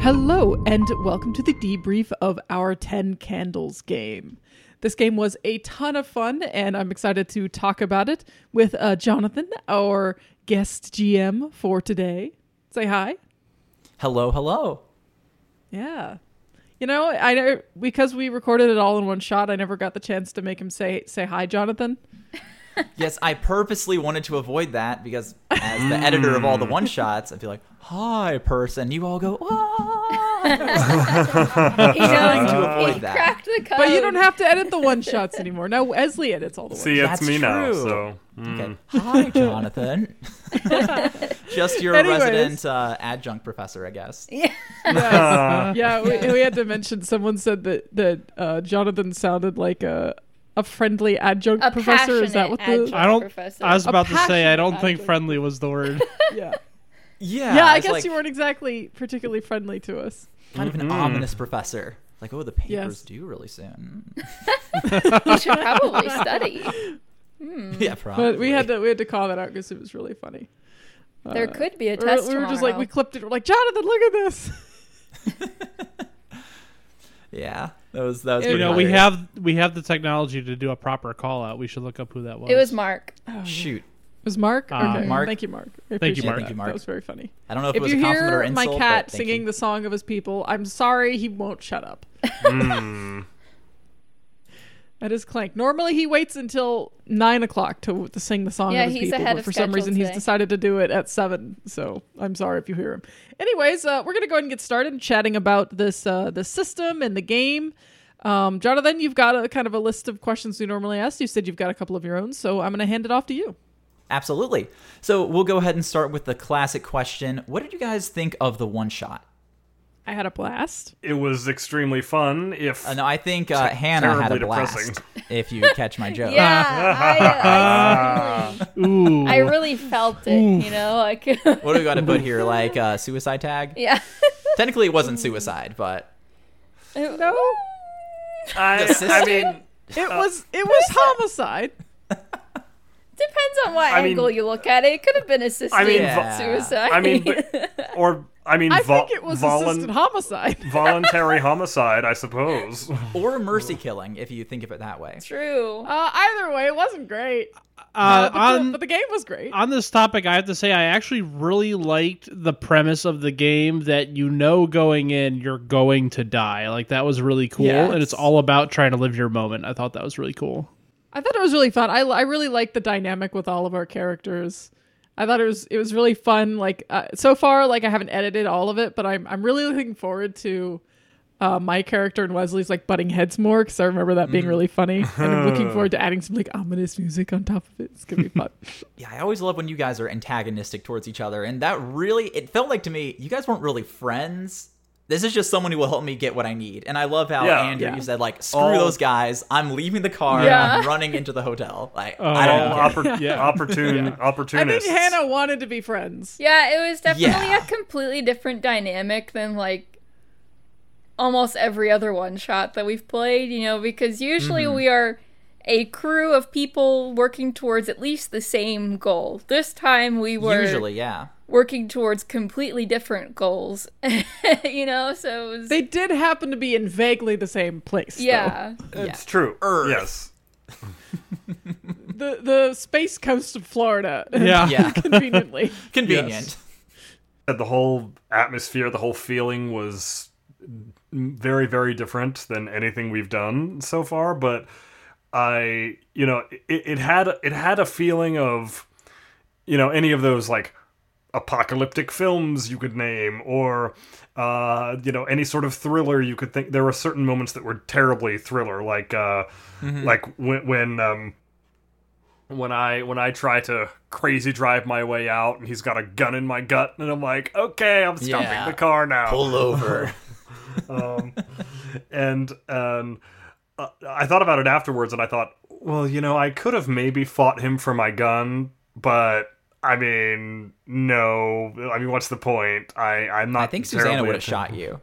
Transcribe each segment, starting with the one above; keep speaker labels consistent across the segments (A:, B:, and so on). A: Hello, and welcome to the debrief of our 10 Candles game. This game was a ton of fun, and I'm excited to talk about it with uh, Jonathan, our guest GM for today. Say hi.
B: Hello, hello.
A: Yeah. You know, I know because we recorded it all in one shot, I never got the chance to make him say say hi, Jonathan.
B: Yes, I purposely wanted to avoid that because as the editor of all
A: Mm.
B: the one shots, I'd be like, hi, person. You all go, "Ah."
C: He knows.
B: Trying to avoid
C: he
B: that.
C: cracked the code.
A: Uh, But you don't have to edit the one shots anymore. Now Wesley edits all the ones.
D: See, it's
B: That's
D: me now.
B: true.
D: So mm.
B: Okay. Hi, Jonathan. Just your
A: Anyways.
B: resident uh, adjunct professor, I guess.
A: Yes. yeah, we, we had to mention. Someone said that that uh, Jonathan sounded like a a friendly adjunct
C: A
A: professor. Is that
C: passionate
A: what the
C: adjunct.
E: I don't.
C: Professor.
E: I was
A: A
E: about to say I
A: passionate
E: don't think
A: adjunct.
E: friendly was the word.
A: yeah
B: Yeah.
A: yeah? I
B: it's
A: guess
B: like
A: you weren't exactly particularly friendly to us.
B: Kind of an ominous professor. Like, oh, the papers
A: Yes.
B: due really soon.
C: You should probably study.
B: yeah, probably.
A: Mm. But we had to we had to call that out because it was really funny. Uh,
C: There could be
A: We
C: a
A: were,
C: test
A: we were just like we
C: tomorrow.
A: clipped it. We're like Jonathan, look at this.
B: Yeah. That was, that was
A: You
E: you
B: pretty
E: know, we
B: hilarious.
E: have we have the technology to do a proper call out. We should look up who that was.
C: It was Mark.
B: Shoot.
A: Was Mark?
E: Uh,
A: okay.
B: Mark.
A: Thank you, Mark. I
E: Thank you,
A: appreciate
E: Mark.
A: That.
B: Thank you, Mark.
A: That was very funny.
B: I don't know if, it
A: If
B: was
A: you
B: a compliment or
A: hear
B: insult.
A: my
B: but
A: cat
B: thank
A: singing
B: you.
A: the song of his people, I'm sorry he won't shut up.
B: Hmm.
A: That is Clank. Normally he waits until nine o'clock to, to sing the song
C: Yeah,
A: of his
C: he's
A: people,
C: ahead
A: but
C: of
A: for some
C: schedule
A: reason he's
C: today.
A: decided to do it at seven. So I'm sorry if you hear him. Anyways, uh, we're gonna go ahead and get started chatting about this uh, the system and the game. Um, Jonathan, you've got a kind of a list of questions we normally ask. You said you've got a couple of your own, so I'm gonna hand it off to you.
B: Absolutely. So we'll go ahead and start with the classic question. What did you guys think of the one shot?
A: I had a blast.
D: it was extremely fun. If
B: Uh, no, I think uh, Hannah had a
D: terribly
B: blast.
D: depressing.
B: If you catch my joke,
C: Yeah, I, I, certainly-
E: Ooh.
C: I really felt it. You know, like
B: what do we got to put here? Like uh, suicide tag?
C: yeah.
B: Technically, it wasn't suicide, but
C: No.
B: The
D: I, I
B: system?
D: mean,
A: It was it was homicide.
C: Depends on what
D: I mean-
C: angle you look at it. It could have been assisted
D: I mean,
B: Yeah.
C: suicide.
D: I mean, but, or I mean,
A: I
D: vol-
A: think it was
D: volun-
A: assisted homicide.
D: voluntary homicide, I suppose.
B: or mercy killing, if you think of it that way.
C: true.
A: Uh, either way, it wasn't great.
E: Uh,
A: Uh, but, the,
E: on
A: but the game was great.
E: on this topic, I have to say I actually really liked the premise of the game that you know going in you're going to die. Like that was really cool, and
A: Yes.
E: it's all about trying to live your moment. I thought that was really cool.
A: I thought it was really fun. I, I really liked the dynamic with all of our characters. I thought it was it was really fun. Like uh, so far, like I haven't edited all of it, but I'm I'm really looking forward to uh, my character and Wesley's like butting heads more because I remember that being really funny, and I'm looking forward to adding some like ominous music on top of it. It's gonna be fun.
B: Yeah, I always love when you guys are antagonistic towards each other, and that really it felt like to me you guys weren't really friends. This is just someone who will help me get what I need, and I love how
D: Yeah.
B: Andrew
A: Yeah.
B: you said like screw
D: All-
B: those guys. I'm leaving the car.
A: Yeah.
B: I'm running into the hotel. Like
E: Oh.
B: I don't
D: All
B: know.
D: oppor-
E: Yeah.
D: opportune
A: I think
D: opportunists.
A: Hannah wanted to be friends.
C: Yeah, it was definitely
B: Yeah.
C: a completely different dynamic than like almost every other one shot that we've played, you know, because usually
D: Mm-hmm.
C: we are a crew of people working towards at least the same goal. This time we were
B: Usually, yeah.
C: working towards completely different goals, you know, so it was.
A: They did happen to be in vaguely the same place. though.
C: yeah.
D: It's true.
B: Earth.
D: Yes.
A: the the space coast of Florida.
E: Yeah.
B: Yeah.
A: conveniently.
B: Convenient.
D: that the whole atmosphere, the whole feeling was very, very different than anything we've done so far. But I, you know, it, it had it had a feeling of, you know, any of those like apocalyptic films you could name, or uh, you know, any sort of thriller you could think. There were certain
B: Mm-hmm.
D: moments that were terribly thriller, like uh, like when when um, when I when I try to crazy drive my way out and he's got a gun in my gut and I'm like, okay, I'm stopping
B: Yeah.
D: the car now.
B: Pull over.
D: um, and um, uh, I thought about it afterwards, and I thought, well, you know, I could have maybe fought him for my gun, but I mean, no. I mean, what's the point? I I'm not.
B: I think Susanna
D: terribly
B: would have
D: atten-
B: shot you.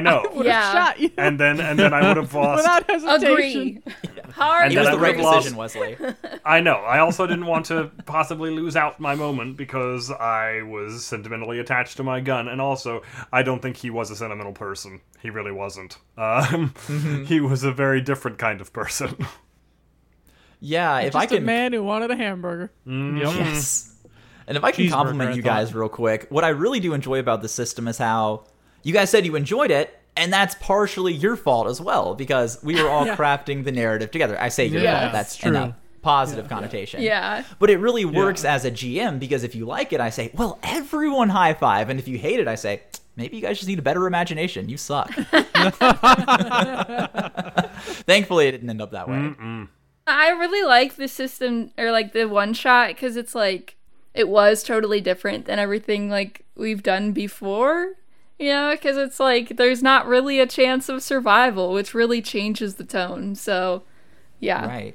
D: know.
A: Would
C: Yeah.
A: have shot you
D: and then and then I would have lost.
A: without hesitation.
C: Agree. Hard
D: And
B: It was
D: then I
B: the right
D: would've lost-
B: decision, Wesley.
D: I know. I also didn't want to possibly lose out my moment because I was sentimentally attached to my gun, and also I don't think he was a sentimental person. He really wasn't. Um,
B: Mm-hmm.
D: He was a very different kind of person.
B: Yeah, if
A: Just
B: I
A: a
B: can Mm,
A: man who wanted a hamburger.
D: Mm.
E: Yep.
B: Yes. And if I can
E: Cheeseburger,
B: compliment
E: I
B: you
E: thought.
B: guys real quick, what I really do enjoy about the system is how you guys said you enjoyed it, and that's partially your fault as well because we were all
A: Yeah.
B: crafting the narrative together. I say your
C: Yeah,
B: fault,
E: that's
B: that's in
E: true.
B: a positive connotation.
C: Yeah.
B: But it really works as a GM because if you like it, I say, well, everyone high five. And if you hate it, I say, maybe you guys just need a better imagination. You suck. Thankfully, it didn't end up that way.
C: I really like the system or like the one shot because it's like it was totally different than everything like we've done before. You know, because it's like there's not really a chance of survival, which really changes the tone. So, yeah,
B: Right.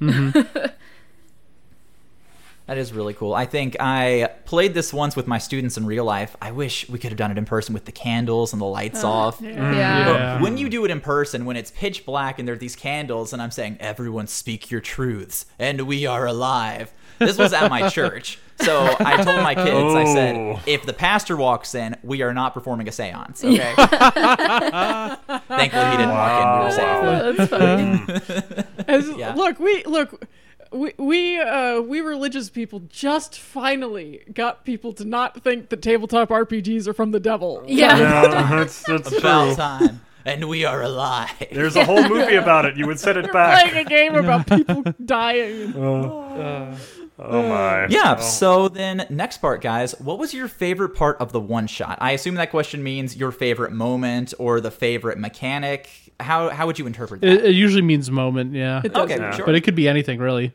B: that is really cool. I think I played this once with my students in real life. I wish we could have done it in person with the candles and the lights off.
C: Mm, yeah,
E: Yeah.
B: But when you do it in person, when it's pitch black and there are these candles, and I'm saying, everyone speak your truths, and we are alive. This was at my church. So I told my kids, I
D: Oh.
B: said, if the pastor walks in, we are not performing a seance, okay? Thankfully, he didn't walk in. We were safe.
C: Oh, that's funny.
A: As-
B: Yeah.
A: Look, we look, we we uh, we religious people just finally got people to not think that tabletop RPGs are from the devil.
C: yeah,
D: Yeah, uh-huh, that's that's
B: About
D: true.
B: time. And we are alive.
D: There's a whole movie about it. You would set it
A: Playing
D: back.
A: a game about people dying.
B: Uh.
D: Oh my.
B: Yeah. So then, next part, guys. What was your favorite part of the one shot? I assume that question means your favorite moment or the favorite mechanic. How how would you interpret that?
E: It, it usually means moment, yeah.
B: okay,
A: doesn't-
B: sure.
E: But it could be anything, really.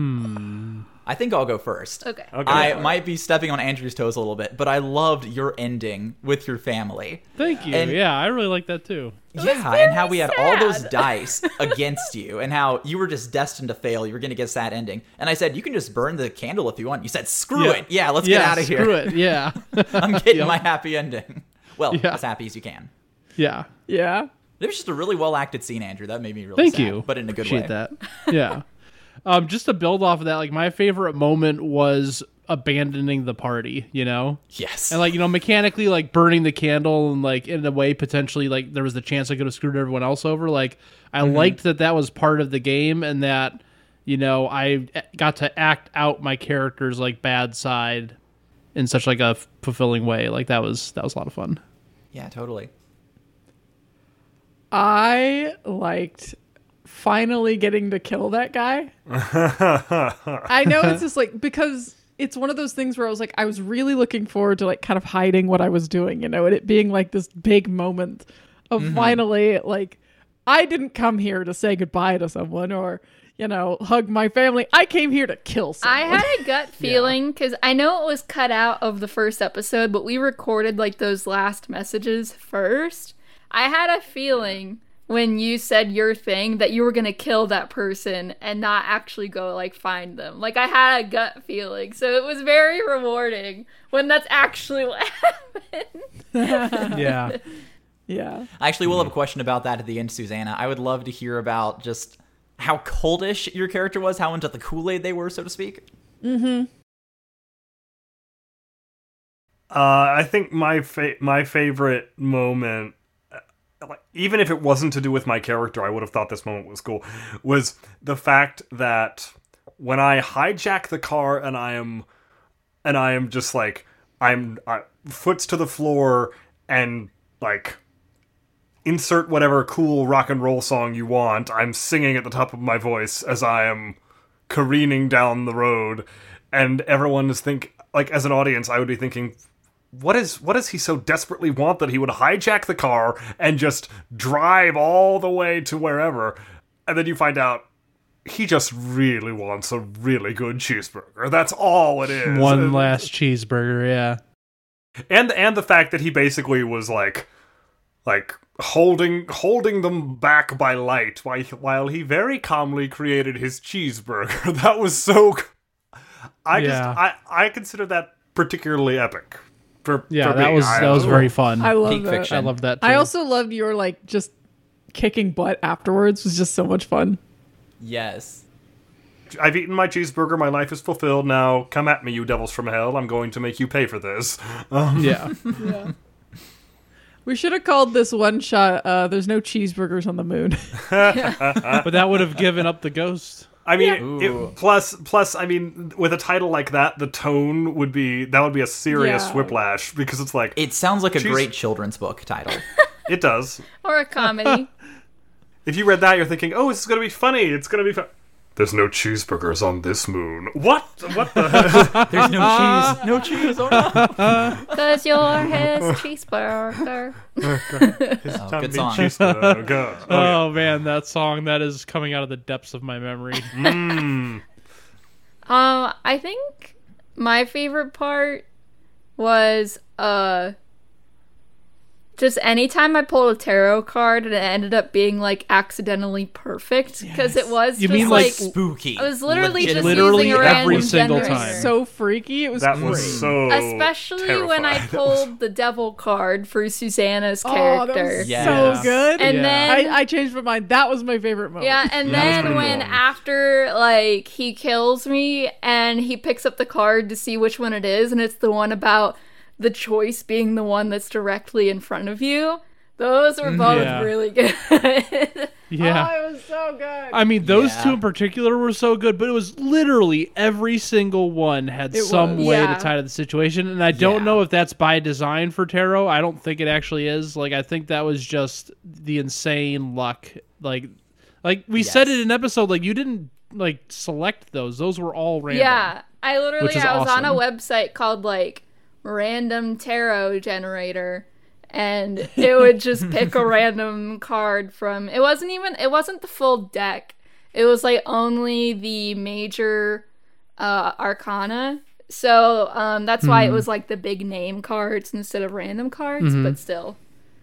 B: I think I'll go first.
C: okay.
D: Okay.
B: I might be stepping on Andrew's toes a little bit, but I loved your ending with your family.
E: Thank you.
B: And-
E: yeah, I really like that too.
B: yeah, and how we had all those
C: sad.
B: dice against you, and how you were just destined to fail. You were going to get that ending. And I said, You can just burn the candle if you want. You said, Screw
E: Yeah.
B: it. Yeah, let's
E: yeah,
B: get out of here.
E: Screw it. Yeah.
B: I'm getting
E: Yep.
B: my happy ending. Well,
E: Yeah.
B: as happy as you can.
E: yeah.
A: Yeah.
B: It was just a really well acted scene, Andrew. That made me really
E: Thank
B: sad,
E: you.
B: but in a good
E: Appreciate
B: way.
E: that. Yeah. um, just to build off of that, like my favorite moment was abandoning the party, you know?
B: Yes,
E: And like, you know, mechanically like burning the candle and like in a way potentially like there was the chance I could have screwed everyone else over. Like I
B: Mm-hmm.
E: liked that that was part of the game and that you know, I got to act out my character's like bad side in such like a f- fulfilling way. Like that was that was a lot of fun.
B: yeah, totally.
A: I liked finally getting to kill that guy. I know it's just like because it's one of those things where I was like I was really looking forward to like kind of hiding what I was doing, you know, and it being like this big moment of
B: Mm-hmm.
A: finally like I didn't come here to say goodbye to someone or you know hug my family. I came here to kill someone.
C: I had a gut feeling because I know it was cut out of the first episode, but we recorded like those last messages first. I had a feeling when you said your thing that you were gonna kill that person and not actually go like find them. Like I had a gut feeling, so it was very rewarding when that's actually what happened.
E: Yeah.
A: yeah.
B: I actually will have a question about that at the end, Susanna. I would love to hear about just how coldish your character was, how into the Kool Aid they were, so to speak.
A: Mm-hmm.
D: Uh, I think my fa- my favorite moment, uh, like, even if it wasn't to do with my character, I would have thought this moment was cool. Was the fact that when I hijack the car and I am, and I am just like I'm uh, foots to the floor and like insert whatever cool rock and roll song you want. I'm singing at the top of my voice as I am careening down the road, and everyone is think like as an audience, I would be thinking, what is what does he so desperately want that he would hijack the car and just drive all the way to wherever? And then you find out he just really wants a really good cheeseburger. That's all it is.
E: One
D: And-
E: last cheeseburger, yeah.
D: and and the fact that he basically was like like holding holding them back by light while while he very calmly created his cheeseburger that was so c- i just
E: Yeah.
D: i i consider that particularly epic for
E: Yeah,
D: for
E: that
D: me.
E: was
D: I-
E: that was very fun.
A: I
E: I,
A: love
B: Peak
A: that.
B: fiction.
E: loved that. Too.
A: I also loved your like just kicking butt afterwards was just so much fun.
B: Yes.
D: i've eaten my cheeseburger my life is fulfilled now come at me you devils from hell i'm going to make you pay for this
E: yeah.
A: We should have called this one shot uh there's no cheeseburgers on the moon.
E: but that would have given up the ghost.
D: I mean,
B: Yeah. Ooh.
D: it, plus, plus, I mean, with a title like that, the tone would be that would be a serious
A: Yeah.
D: whiplash because it's like it,
B: It sounds like a
D: She's-
B: great children's book title.
D: does.
C: Or a comedy.
D: If you read that, you're thinking, "Oh, this is gonna be funny. It's gonna be fun." There's no cheeseburgers on this moon. What? What the?
B: There's no cheese. No cheese. Oh, no.
C: Cause you're his cheeseburger.
D: oh,
B: good song.
D: Cheeseburger. Okay.
E: Oh man, that song that is coming out of the depths of my memory.
C: Um, I think my favorite part was uh just anytime I pulled a tarot card and it ended up being like accidentally perfect because it was
E: You
C: just,
E: mean,
C: like,
E: like,
B: Spooky.
C: I was literally just
B: Legitimately.
E: Literally
C: using a random
E: every single
C: generator.
E: time.
A: so freaky. It was
D: That
A: great.
D: was so.
C: especially when I
D: Oh, terrifying.
C: pulled the devil card for Susanna's
A: Oh,
C: character.
A: that was
B: Yeah.
A: so good.
C: And
E: Yeah.
C: then
A: I, I changed my mind. That was my favorite moment.
C: Yeah, and
D: That was
C: then
D: pretty
C: when
D: long.
C: after like he kills me and he picks up the card to see which one it is, and it's the one about the choice being the one that's directly in front of you. Those were both
E: Yeah.
C: really good.
E: yeah.
A: Oh, it was so good.
E: I mean, those
B: Yeah.
E: two in particular were so good, but it was literally every single one had
A: It
E: some
A: was.
E: way
C: Yeah.
E: to tie to the situation, and I don't
B: Yeah.
E: know if that's by design for tarot. I don't think it actually is. Like, I think that was just the insane luck. Like, like we said
B: Yes.
E: it in an episode. Like, you didn't like select those; those were all random.
C: yeah, I literally
E: Which is
C: I was on a
E: awesome.
C: website called like Random Tarot Generator. And it would just pick a random card from. It wasn't even. It wasn't the full deck. It was like only the major uh, Arcana. So um, that's why
E: Mm-hmm.
C: it was like the big name cards instead of random cards, but still,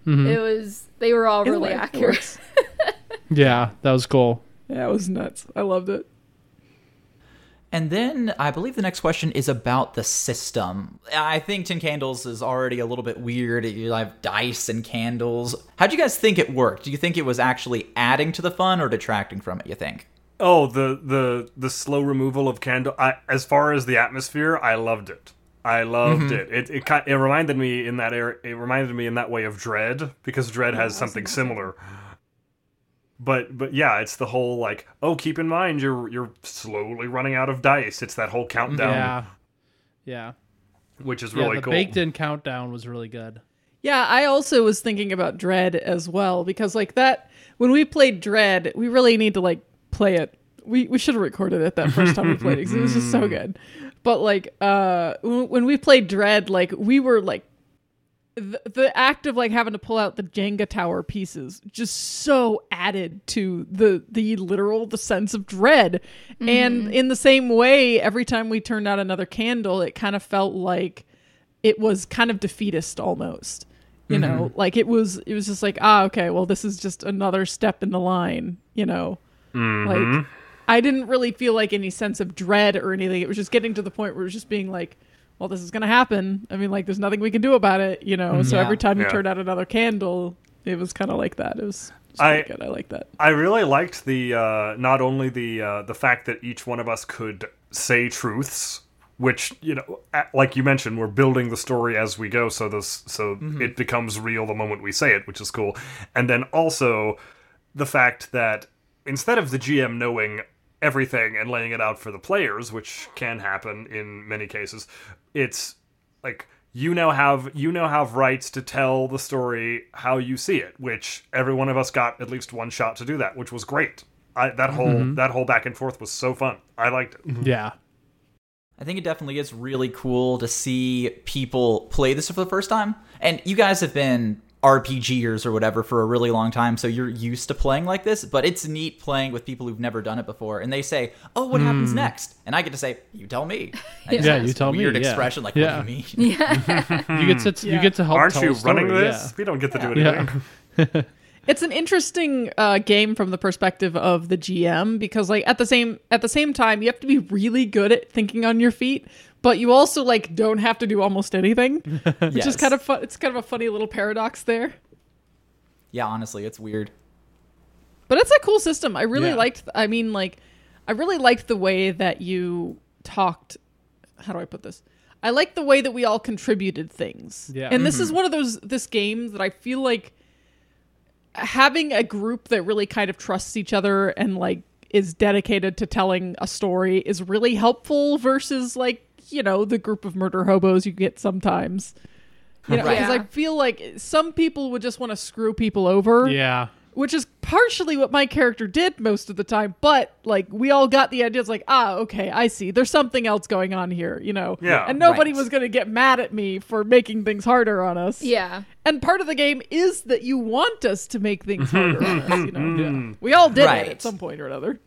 E: Mm-hmm.
C: it was they were all
A: It
C: really
A: worked. It
C: accurate.
A: works.
E: yeah, that was cool.
A: Yeah, it was nuts. I loved it.
B: And then I believe the next question is about the system. I think Tin Candles is already a little bit weird. You have dice and candles. How do you guys think it worked? Do you think it was actually adding to the fun or detracting from it, you think?
D: Oh, the the the slow removal of candle. I, as far as the atmosphere, I loved it. I loved it. It it ki- it reminded me in that air. It reminded me in that way of Dread because Dread has something similar. But but yeah, it's the whole like oh, keep in mind you're you're slowly running out of dice. It's that whole countdown,
E: Yeah, yeah,
D: which is
E: yeah.
D: Um, really
E: the
D: cool.
E: baked-in countdown was really good.
A: Yeah, I also was thinking about Dread as well because like that when we played Dread, we really need to like play it. We we should have recorded it that first time we played it 'cause it was just so good. But like uh when when we played Dread, like we were like the, the act of like having to pull out the Jenga tower pieces just so added to the the literal the sense of dread. And in the same way, every time we turned out another candle, it kind of felt like it was kind of defeatist almost. You know,
D: Mm-hmm.
A: like it was it was just like, ah, okay, well this is just another step in the line, you know.
D: Mm-hmm.
A: Like I didn't really feel like any sense of dread or anything. It was just getting to the point where it was just being like, well, this is going to happen. I mean, like, there's nothing we can do about it, you know? So
B: Yeah.
A: every time you
D: Mm-hmm. Yeah.
A: turned out another candle, it was kind of like that. It was, it was
D: I-
A: pretty good. I like that.
D: I really liked the uh, not only the uh, the fact that each one of us could say truths, which you know, a- like you mentioned, we're building the story as we go, so this so it becomes real the moment we say it, which is cool. And then also the fact that instead of the GM knowing everything and laying it out for the players, which can happen in many cases, it's like you now have you now have rights to tell the story how you see it, which every one of us got at least one shot to do that, which was great. I, that whole
E: Mm-hmm.
D: that whole back and forth was so fun. I liked it.
E: Yeah,
B: I think it definitely is really cool to see people play this for the first time. And you guys have been RPGers or whatever for a really long time, so you're used to playing like this, but it's neat playing with people who've never done it before. And they say, Oh, what happens next? And I get to say, You tell me. I just
E: Hmm. Yeah,
B: have
E: you
B: this
E: tell me,
B: weird
E: yeah.
B: expression, like,
E: Yeah.
B: What do you mean?
E: You get to you
A: Yeah.
E: get to help.
D: Aren't
E: tell
D: you
E: a story,
D: running this?
E: yeah.
D: We don't get to do
E: Yeah.
D: anything.
A: it's an interesting uh, game from the perspective of the GM because like at the same at the same time you have to be really good at thinking on your feet, but you also like don't have to do almost anything, which
B: Yes.
A: is kind of fun. It's kind of a funny little paradox there.
B: Yeah, honestly, it's weird.
A: But it's a cool system. I really
E: Yeah.
A: liked. I mean, like, I really liked the way that you talked. How do I put this? I like the way that we all contributed things.
E: Yeah. Mm-hmm.
A: And this is one of those this game that I feel like having a group that really kind of trusts each other and like is dedicated to telling a story is really helpful versus like you know the group of murder hobos you get sometimes. You know,
B: Right.
A: because I
C: Yeah.
A: feel like some people would just want to screw people over
E: Yeah.
A: which is partially what my character did most of the time but like we all got the idea it's like ah okay i see there's something else going on here you know
D: Yeah,
A: and nobody
B: right.
A: was going to get mad at me for making things harder on us
C: Yeah.
A: and part of the game is that you want us to make things harder on us you know we all did it
B: Right.
A: at some point or another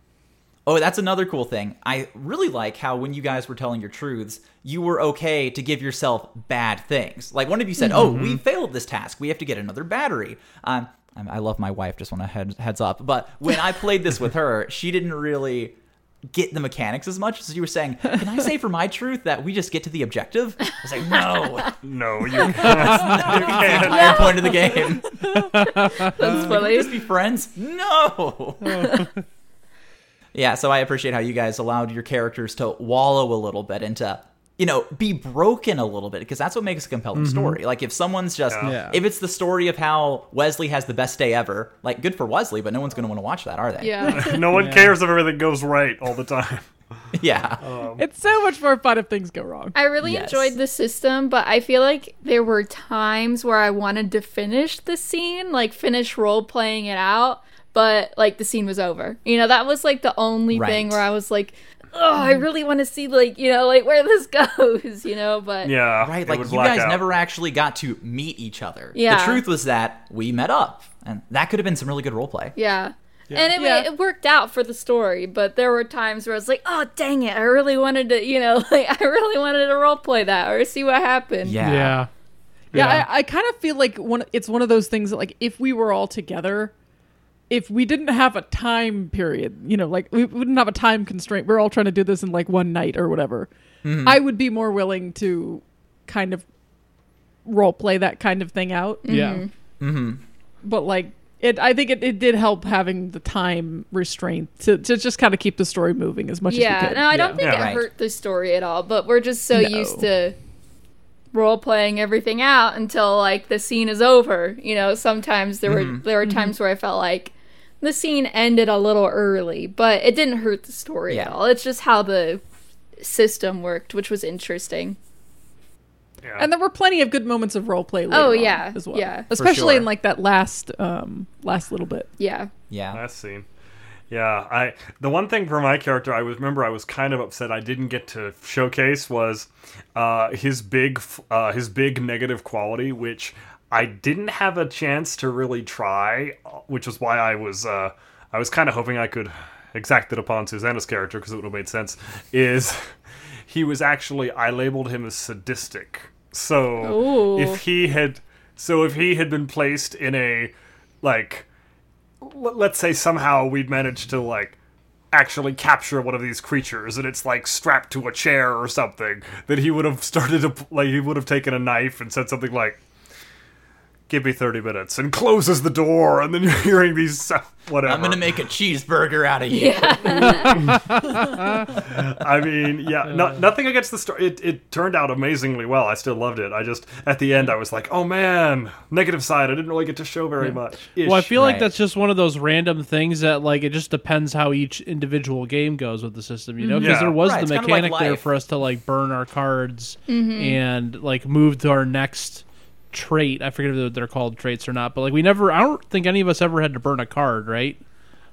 B: Oh, that's another cool thing. I really like how when you guys were telling your truths, you were okay to give yourself bad things. Like one of you said, "Oh, we failed this task. We have to get another battery." Um, I'm- I love my wife. Just want to head, heads up. But when I played this with her, she didn't really get the mechanics as much. So you were saying, "Can I say for my truth that we just get to the objective?" I was like, "No,
D: No, you can't. you can't.
B: entire point of the game.
E: Uh,
C: That's
B: Just
C: funny.
B: be friends? No. yeah, so I appreciate how you guys allowed your characters to wallow a little bit and to, you know, be broken a little bit because that's what makes a compelling story. Like if someone's just
D: Mm-hmm. Yeah.
E: Yeah.
B: if it's the story of how Wesley has the best day ever, like good for Wesley, but no one's going to want to watch that, are they?
C: Yeah.
D: No one cares if everything goes right all the time.
B: yeah.
D: Oh,
A: it's so much more fun if things go wrong
C: I really
B: Yes.
C: enjoyed the system, but I feel like there were times where I wanted to finish the scene, like finish role playing it out, but like the scene was over. You know, that was like the only thing
B: Right.
C: where I was like, oh, I really want to see like, you know, like where this goes, you know, but
D: Yeah,
B: Right,
D: it
B: like
D: would
B: you
D: black
B: guys
D: out.
B: never actually got to meet each other. The
C: Yeah.
B: truth was that we met up, and that could have been some really good role play.
C: yeah. And it,
A: Yeah.
C: it worked out for the story, but there were times where I was like, "Oh, dang it! I really wanted to, you know, like I really wanted to role play that or see what happened."
B: Yeah.
E: Yeah.
A: yeah, I, I kind of feel like one it's one of those things that like if we were all together if we didn't have a time period you know like we wouldn't have a time constraint we're all trying to do this in like one night or whatever i would be more willing to kind of role play that kind of thing out
E: Yeah.
A: but like it i think it, it did help having the time restraint to, to just kind of keep the story moving as much as we
C: Yeah,
A: could
C: no, I don't
E: Yeah.
C: think
B: Yeah,
C: it
B: right.
C: hurt the story at all, but we're just so
A: No.
C: used to role playing everything out until like the scene is over. You know, sometimes there
E: Mm-hmm.
C: were there were times where I felt like the scene ended a little early, but it didn't hurt the story at
B: Yeah.
C: all. It's just how the system worked, which was interesting.
D: Yeah.
A: and there were plenty of good moments of role play later
C: Oh,
A: on
C: yeah,
A: as well
C: yeah. For
A: especially in
B: sure.
A: like that last um last little bit
C: Yeah.
B: Yeah.
D: Last scene. Yeah, I the one thing for my character I was remember I was kind of upset I didn't get to showcase was uh, his big f- uh, his big negative quality which I didn't have a chance to really try uh, which is why I was uh, I was kind of hoping I could exact it upon Susanna's character because it would have made sense is he was actually I labeled him as sadistic so
C: Ooh.
D: if he had so if he had been placed in a like let- let's say somehow we'd managed to like actually capture one of these creatures and it's like strapped to a chair or something that he would have started to like he would have taken a knife and said something like give me 30 minutes and closes the door and then you're hearing these so- whatever
B: I'm gonna make a cheeseburger out of you.
D: I mean, yeah, no, nothing against the story. It, it turned out amazingly well. I still loved it. I just, at the end, I was like, oh man, negative side. I didn't really get to show very much.
E: Well, I feel like
B: Right.
E: that's just one of those random things that, like, it just depends how each individual game goes with the system, you know? Because
D: Yeah.
E: there was
B: Right,
E: the
B: it's kinda like
E: mechanic there
B: life. Mm-hmm.
E: for us to like burn our cards and like move to our next trait. I forget if they're called traits or not, but like we never. I don't think any of us ever had to burn a card, right?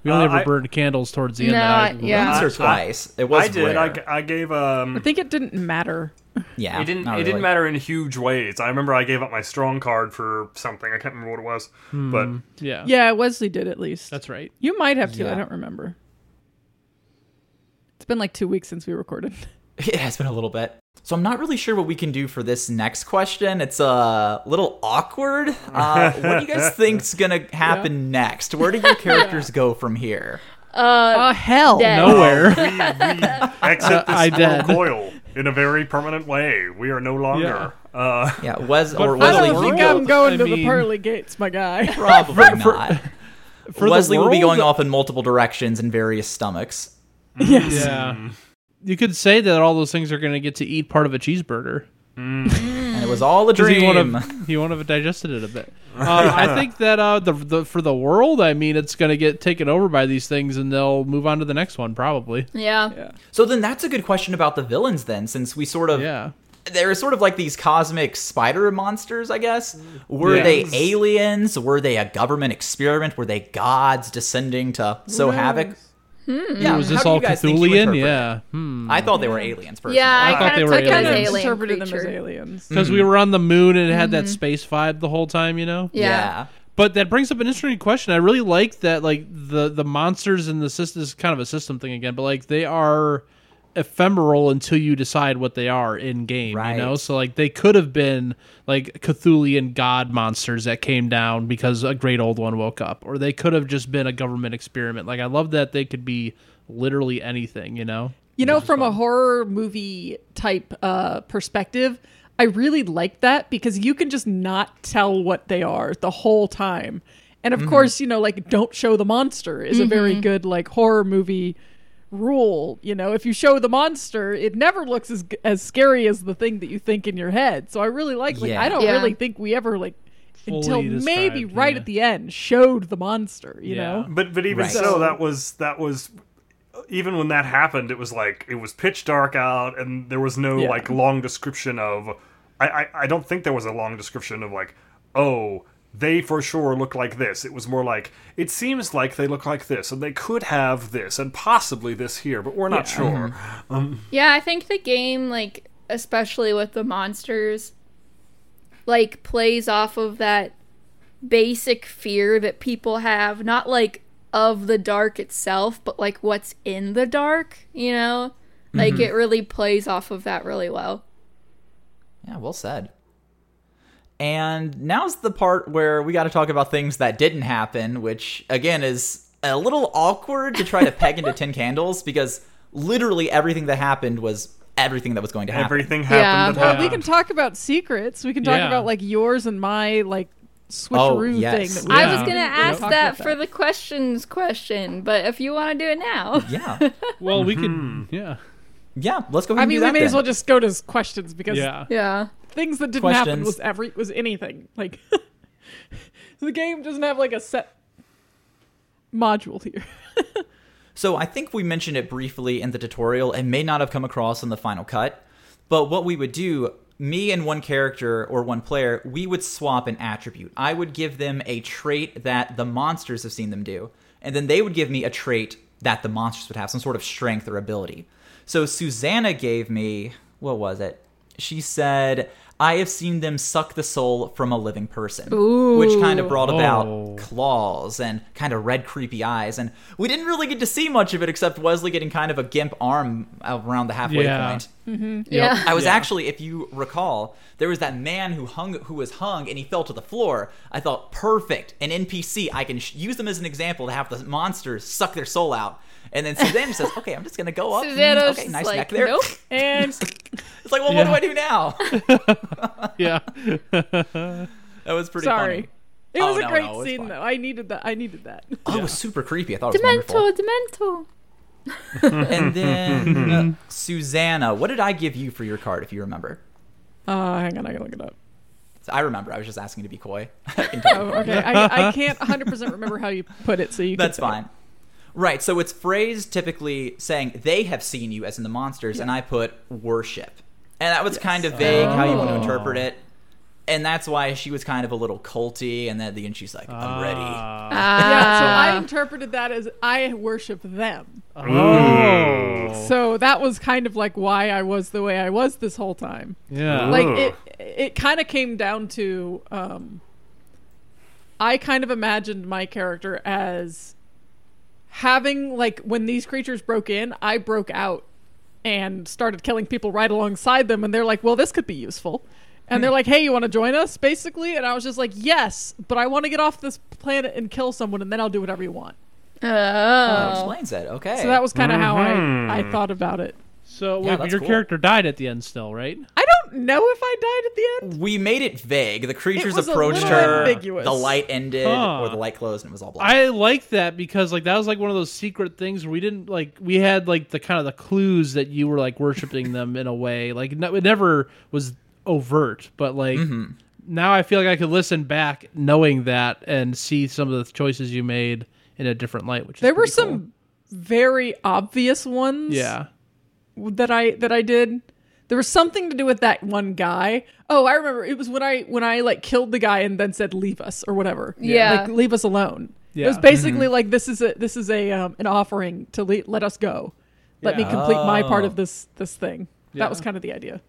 E: We only
D: Uh,
E: ever
D: I-
E: burned candles towards the end.
C: No,
E: that I-
C: yeah.
B: Once
D: I-
B: or twice. it was
D: I did.
B: rare.
D: I, g- I gave, um,
A: I think it didn't matter.
B: Yeah,
D: It didn't.
B: not
D: It didn't
B: really.
D: matter in huge ways. I remember I gave up my strong card for something. I can't remember what it was, but
E: Yeah.
A: Yeah, Wesley did at least.
E: That's right.
A: You might have to. I
B: Yeah.
A: don't remember. It's been like two weeks since we recorded.
B: It has been a little bit. So I'm not really sure what we can do for this next question. It's a little awkward. Uh, what do you guys think's gonna happen next? Where do your characters go from here?
A: Oh hell!
C: dead.
E: Nowhere.
D: we, we exit
E: I
D: this
E: did.
D: mortal coil in a very permanent way. We are no longer. Uh,
B: Yeah, Wes or
E: for the
A: I
B: Wesley?
A: don't
E: World?
A: think I'm going
E: I
A: to the
E: mean-
A: pearly gates, my guy.
B: Probably not.
E: the
B: Wesley will be
E: world-
B: going off in multiple directions in various stomachs.
A: yes.
E: Yeah. You could say that all those things are going to get to eat part of a cheeseburger.
B: And it was all a
E: He
B: dream.
E: won't have, he won't have digested it a bit. Uh, I think that uh, the, the for the world, I mean, it's going to get taken over by these things, and they'll move on to the next one probably.
C: Yeah.
B: So then that's a good question about the villains then, since we sort of
E: Yeah,
B: they're sort of like these cosmic spider monsters, I guess. Were
E: Yeah.
B: they aliens? Were they a government experiment? Were they gods descending to sow havoc? Yeah, how
E: was this
B: do you
E: all
B: guys think you
E: Cthulian?
B: interpret it?
E: Yeah, because
B: I thought they were aliens. Personally.
C: Yeah, I,
E: I thought
C: kind of
E: they were
C: took it as
E: aliens.
C: alien
A: interpreted them as
C: creature.
A: aliens.
E: we were on the moon and it had that space vibe the whole time, you know.
C: Yeah.
E: But that brings up an interesting question. I really like that, like the the monsters in the system is kind of a system thing again, but like they are ephemeral until you decide what they are in game.
B: Right.
E: You know, so like they could have been like Cthulian god monsters that came down because a great old one woke up, or they could have just been a government experiment. Like I love that they could be literally anything. You know.
A: You know, from a horror movie type uh, perspective, I really like that because you can just not tell what they are the whole time. And
E: Mm-hmm.
A: of course, you know, like don't show the monster is a very good like horror movie rule. You know, if you show the monster, it never looks as as scary as the thing that you think in your head. So I really like. Like,
B: Yeah.
A: I don't
C: Yeah.
A: really think we ever like
E: Fully
A: until maybe
E: described,
A: right
E: yeah.
A: at the end showed the monster. You
E: Yeah.
A: know,
D: but but even
B: Right.
D: so, that was that was even when that happened. It was like it was pitch dark out, and there was no
A: Yeah.
D: like long description of. I, I I don't think there was a long description of like oh. They for sure look like this. It was more like it seems like they look like this, and they could have this, and possibly this here, but we're not sure.
C: Yeah, I think the game, like, especially with the monsters, like, plays off of that basic fear that people have, not like of the dark itself, but like what's in the dark, you know? Like, it really plays off of that really well.
B: Yeah, well said. And now's the part where we got to talk about things that didn't happen, which again is a little awkward to try to peg into tin candles because literally everything that happened was everything that was going to happen.
D: Everything happened.
C: Yeah.
D: That
A: Well,
D: happened.
A: we can talk about secrets. We can talk
E: Yeah.
A: about like yours and my like switcheroo
B: Oh, yes.
A: thing. That we
C: I
E: Yeah.
C: was gonna
A: didn't really
C: ask
A: talk
C: that
A: about
C: for the questions question, but if you want to do it now,
B: Yeah,
E: Well, we could. Yeah.
B: yeah. Let's go. Ahead
A: I
B: and
A: mean,
B: do
A: we
B: that
A: may as
B: then.
A: well just go to s- questions because
E: Yeah.
C: yeah,
A: things that didn't happen
B: Questions.
A: was every was anything. Like the game doesn't have like a set module here.
B: So I think we mentioned it briefly in the tutorial and may not have come across in the final cut. But what we would do, me and one character or one player, we would swap an attribute. I would give them a trait that the monsters have seen them do, and then they would give me a trait that the monsters would have, some sort of strength or ability. So Susanna gave me, what was it? She said, I have seen them suck the soul from a living person, which kind of brought about
E: Oh.
B: claws and kind of red creepy eyes and we didn't really get to see much of it except wesley getting kind of a gimp arm around the halfway
E: Yeah. Hmm.
B: point
C: yeah.
B: i was actually if you recall there was that man who hung who was hung and he fell to the floor i thought perfect an npc i can sh- use them as an example to have the monsters suck their soul out and then Suzanne says, "Okay, I'm just gonna go up.
C: Suzanne
B: Mm,
C: was
B: okay,
C: just
B: nice
C: like,
B: neck there.
C: nope.
A: And
B: It's like, well,
E: Yeah.
B: what do I do now?
E: Yeah.
B: That was pretty
A: sorry. It
B: Oh,
A: was
B: no,
A: a great
B: no, it's
A: scene
B: fine.
A: though. I needed that. I needed that.
B: funny. Oh, it was super creepy. I thought it was wonderful.
C: Dementor, Dementor.
B: And then
E: Mm-hmm.
B: uh, Susanna, what did I give you for your card, if you remember?
A: Uh, hang on, I gotta look it up.
B: I remember. I was just asking to be coy.
A: Oh, okay. I, I can't 100 percent remember how you put it, so you. can
B: That's
A: say it.
B: fine. Right. So it's phrased typically saying they have seen you, as in the monsters, and I put worship. And that was kind of vague how you want to
E: Oh.
B: interpret it. and that's why she was kind of a little culty. And then at the end, she's like, "I'm ready."
E: Ah.
A: yeah, so I
C: Ah.
A: interpreted that as I worship them.
E: oh.
A: So that was kind of like why I was the way I was this whole time.
E: Yeah.
A: Like
D: Ugh.
A: it it kind of came down to um I kind of imagined my character as having like when these creatures broke in, I broke out and started killing people right alongside them and they're like, "Well, this could be useful." And they're like, "Hey, you want to join us?" basically, and I was just like, "Yes, but I want to get off this planet and kill someone and then I'll do whatever you want."
B: That
C: Oh.
B: explains it. Okay.
A: So that was kind of how I I thought about it.
E: So
B: Yeah,
E: wait, but
B: that's
E: your
B: cool.
E: character died at the end still, right?
A: I don't know if I died at the end.
B: we made it vague. The creatures
A: was a
B: approached
A: little
B: her.
A: ambiguous.
B: The light ended,
E: Huh.
B: or the light closed, and it was all black.
E: I like that because like that was like one of those secret things where we didn't like we had like the kind of the clues that you were like worshiping them in a way like no, it never was overt, but like
B: Mm-hmm.
E: now I feel like I could listen back knowing that and see some of the choices you made in a different light. Which is
A: there were
E: pretty cool.
A: some very obvious ones
E: yeah.
A: that i that i did there was something to do with that one guy oh i remember it was when i when i like killed the guy and then said leave us or whatever
C: Yeah.
A: like leave us alone it was
E: Yeah. Mm-hmm.
A: basically like this is a this is a um, an offering to le- let us go let me
E: Yeah.
A: complete my part
B: Oh.
A: of this this thing that was kind of the idea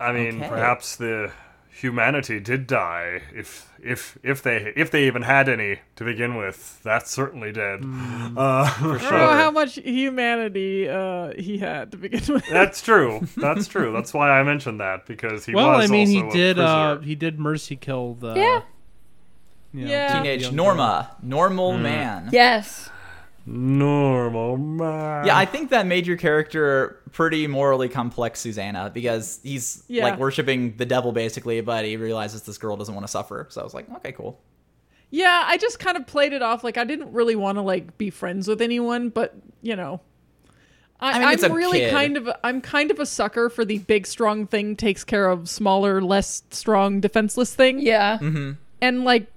D: I mean,
B: Okay.
D: perhaps the humanity did die if if if they if they even had any to begin with. That certainly did.
E: Hmm.
D: Uh,
A: i don't know how much humanity uh he had to begin with
D: that's true. That's true. That's why I mentioned that because he
E: Well,
D: was
E: I mean, he
D: also a
E: did. Uh,
D: prisoner.
E: he did mercy kill the
C: Yeah.
E: you know,
A: Yeah.
B: Teenage
E: young Hmm.
B: Norma, normal man.
C: Yes.
D: normal man.
B: Yeah, I think that made your character pretty morally complex, Susanna, because he's
A: Yeah.
B: like worshiping the devil basically, but he realizes this girl doesn't want to suffer. So I was like, okay, cool.
A: Yeah, I just kind of played it off like I didn't really want to like be friends with anyone, but you know, I,
B: I mean, it's
A: am
B: a
A: really
B: kid.
A: kind of I'm kind of a sucker for the big strong thing takes care of smaller, less strong, defenseless thing,
C: Yeah.
A: and like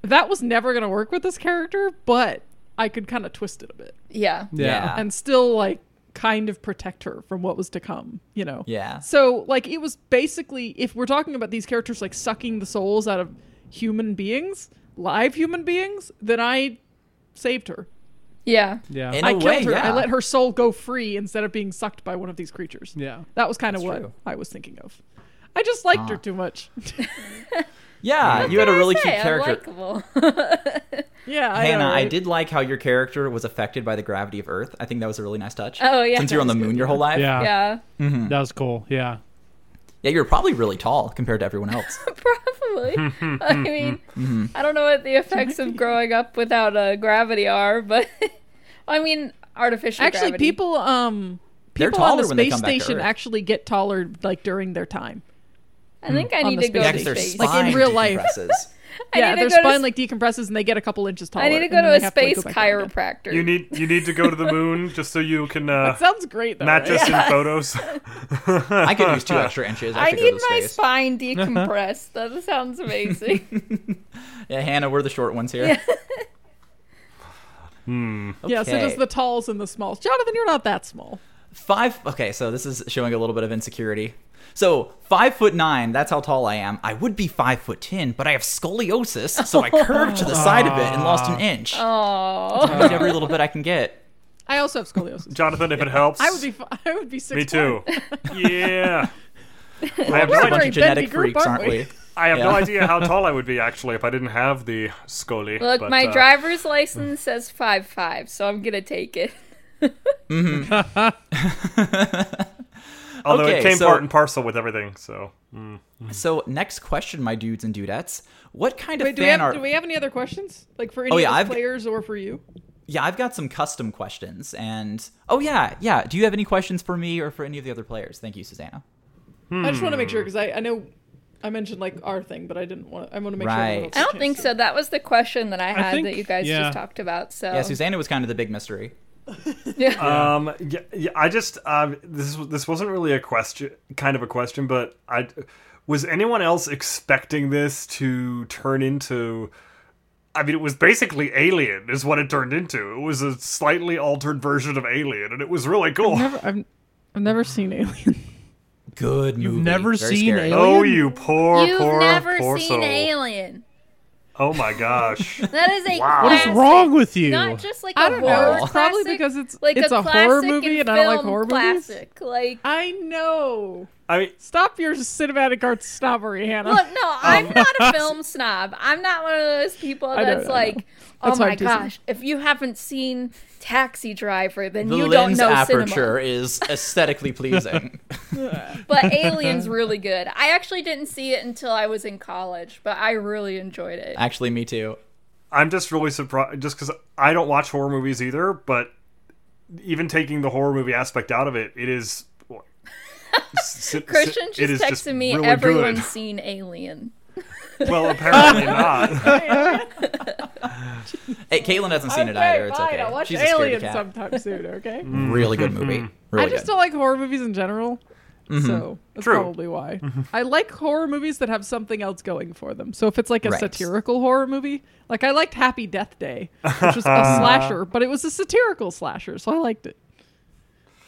A: that was never gonna work with this character, but I could kind of twist it a bit
C: Yeah.
B: Ah.
E: girl. Yeah.
A: and still like kind of protect her from what was to come, you know?
B: Yeah.
A: So, like, it was basically, if we're talking about these characters like sucking the souls out of human beings, live human beings, then I saved her.
C: Yeah.
E: Yeah.
B: In
A: I
B: a
A: killed
B: way,
A: her.
B: yeah.
A: I let her soul go free instead of being sucked by one of these creatures.
E: yeah.
A: That was kind of what
B: true.
A: I was thinking of. I just liked
B: Ah.
A: her too much.
B: Yeah, you had a really cute
C: Hey, I'm
B: character.
C: likable.
A: yeah, I know,
B: Hannah, I
A: right?
B: did like how your character was affected by the gravity of Earth. I think that was a really nice touch.
C: Oh, yeah,
B: Since you were on the
C: that was
B: moon your whole life.
A: Uh.
E: Yeah.
C: yeah.
E: That was cool. Yeah.
B: Yeah, you were probably really tall compared to everyone else.
C: Probably. I mean,
B: Mm-hmm.
C: I don't know what the effects of growing up without uh, gravity are, but I mean, artificial
A: Actually,
C: gravity.
A: people, um,
B: They're
A: people on the
B: taller when they
A: space
B: come back to
A: station
B: Earth.
A: actually get taller like during their time.
C: I think I
A: on
C: need
A: the
C: to go
A: space station.
B: Next,
C: to
B: their
C: space.
A: Like,
B: spine
A: in real life.
B: decompresses.
A: yeah,
C: need to
A: their
C: go to
A: spine
C: s-
A: like decompresses and they get a couple inches taller.
C: I need to
A: and
C: go
A: then
C: to
A: they
C: a
A: have to, like,
C: space
A: go back down again.
C: chiropractor.
D: you need you need to go to the moon just so you can uh,
A: Sounds great though.
D: match
A: right?
D: us in photos.
B: I could use two extra inches. I,
C: I
B: could
C: need
B: go to
C: my
B: space.
C: spine decompressed. that sounds amazing.
B: yeah, Hannah, we're the short ones here.
A: Yeah, so
B: Okay.
A: just the talls and the smalls. Jonathan, you're not that small.
B: Five. Okay, so this is showing a little bit of insecurity. So five foot nine. That's how tall I am. I would be five foot ten, but I have scoliosis, so I curved to the side of it and lost an inch.
C: Oh,
B: I need every little bit I can get.
A: I also have scoliosis.
D: Jonathan, if it helps,
A: I would be fi- I would be six.
D: me too. yeah. I have
B: We're
D: no
B: a bunch
A: very
B: of genetic
A: bendy group,
B: freaks,
A: aren't
B: aren't
A: we?
B: we?
D: I have no
B: Yeah.
D: idea how tall I would be actually if I didn't have the scully.
C: look,
D: but,
C: my
D: uh,
C: driver's license says five five, so I'm gonna take it.
D: Although
B: Okay,
D: it came
B: so-
D: part and parcel with everything, so
E: Hmm.
B: So next question, my dudes and dudettes. What kind of
A: Wait, do we,
B: fan
A: have,
B: art?
A: do we have any other questions? Like for any
B: Oh, yeah,
A: of the
B: I've-
A: players or for you?
B: yeah, I've got some custom questions, and oh yeah, yeah. Do you have any questions for me or for any of the other players? Thank you, Susanna.
A: I just want to make
B: Hmm.
A: sure because I, I know I mentioned like our thing, but I didn't want. I want to make
B: Right.
A: sure.
C: I don't think so. That was the question that I had
E: think-
C: that you guys
E: yeah.
C: just talked about. So
B: Yeah,
A: Um,
B: Susanna was kind of the big mystery.
D: Um, yeah, yeah, I just um, this was- this wasn't really a question, kind of a question, but I was anyone else expecting this to turn into. I mean, it was basically Alien, is what it turned into. It was a slightly altered version of Alien, and it was really cool.
A: I've, I've never seen Alien.
B: Good movie.
E: never
B: Very
E: seen
B: scary.
E: Alien?
D: Oh, you poor,
C: You've
D: poor,
C: never
D: poor
C: seen
D: soul.
C: Alien.
D: Oh my gosh.
C: That is a
D: Wow.
E: What is
C: classic.
E: wrong with you?
C: Not just like
A: I
C: a
A: don't
C: horror
A: know. It's probably
C: classic,
A: because it's-
C: like
A: it's
C: a,
A: a horror
C: classic
A: movie
C: and
A: and I don't like
C: film
A: horror movies.
C: classic. Like
A: I know.
D: I mean,
A: Stop your cinematic art snobbery, Hannah.
C: Look, no, I'm not a film snob. I'm not one of those people
A: I know,
C: that's
A: I know.
C: like, oh
A: That's why
C: my
A: I'm teasing.
C: gosh, if you haven't seen Taxi Driver, then
B: The
C: you don't
B: lens
C: know
B: aperture is aesthetically pleasing.
C: cinema. But Alien's really good. I actually didn't see it until I was in college, but I really enjoyed it.
B: Actually, me too.
D: I'm just really surprised, just because I don't watch horror movies either. But even taking the horror movie aspect out of it, it is. s- s-
C: Christian
D: it is
C: just texted me,
D: really
C: everyone's
D: good.
C: seen Alien.
D: Well, apparently not.
B: Hey, Caitlin hasn't seen it either. It's okay.
A: I'll watch
B: She's a scaredy
A: Alien
B: cat.
A: sometime soon, okay?
B: Really good movie. Really
A: I just
B: good. Mm-hmm.
A: don't like horror movies in general. So that's
D: True.
A: probably why. I like horror movies that have something else going for them. So if it's like a
B: Right.
A: satirical horror movie, like I liked Happy Death Day, which was a slasher, but it was a satirical slasher, so I liked it.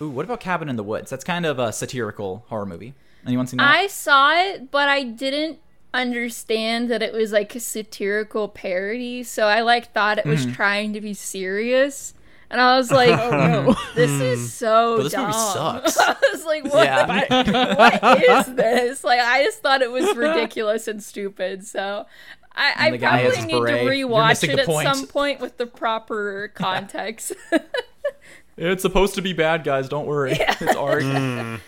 B: Ooh, what about Cabin in the Woods? That's kind of a satirical horror movie. Anyone seen that?
C: I saw it, but I didn't understand that it was like a satirical parody. So I like thought it was trying to be serious, and I was like, "Oh no, this is so
B: But this
C: dumb."
B: movie sucks.
C: I was like, "What?
B: yeah.
C: what is this?" Like, I just thought it was ridiculous and stupid. So. I, I
B: the guy has
C: probably
B: his
C: need to
B: beret. You're
C: rewatch
B: missing
C: it
B: the
C: at
B: point.
C: some point with the proper context.
B: It's supposed to be bad, guys. Don't worry. It's art. Mm.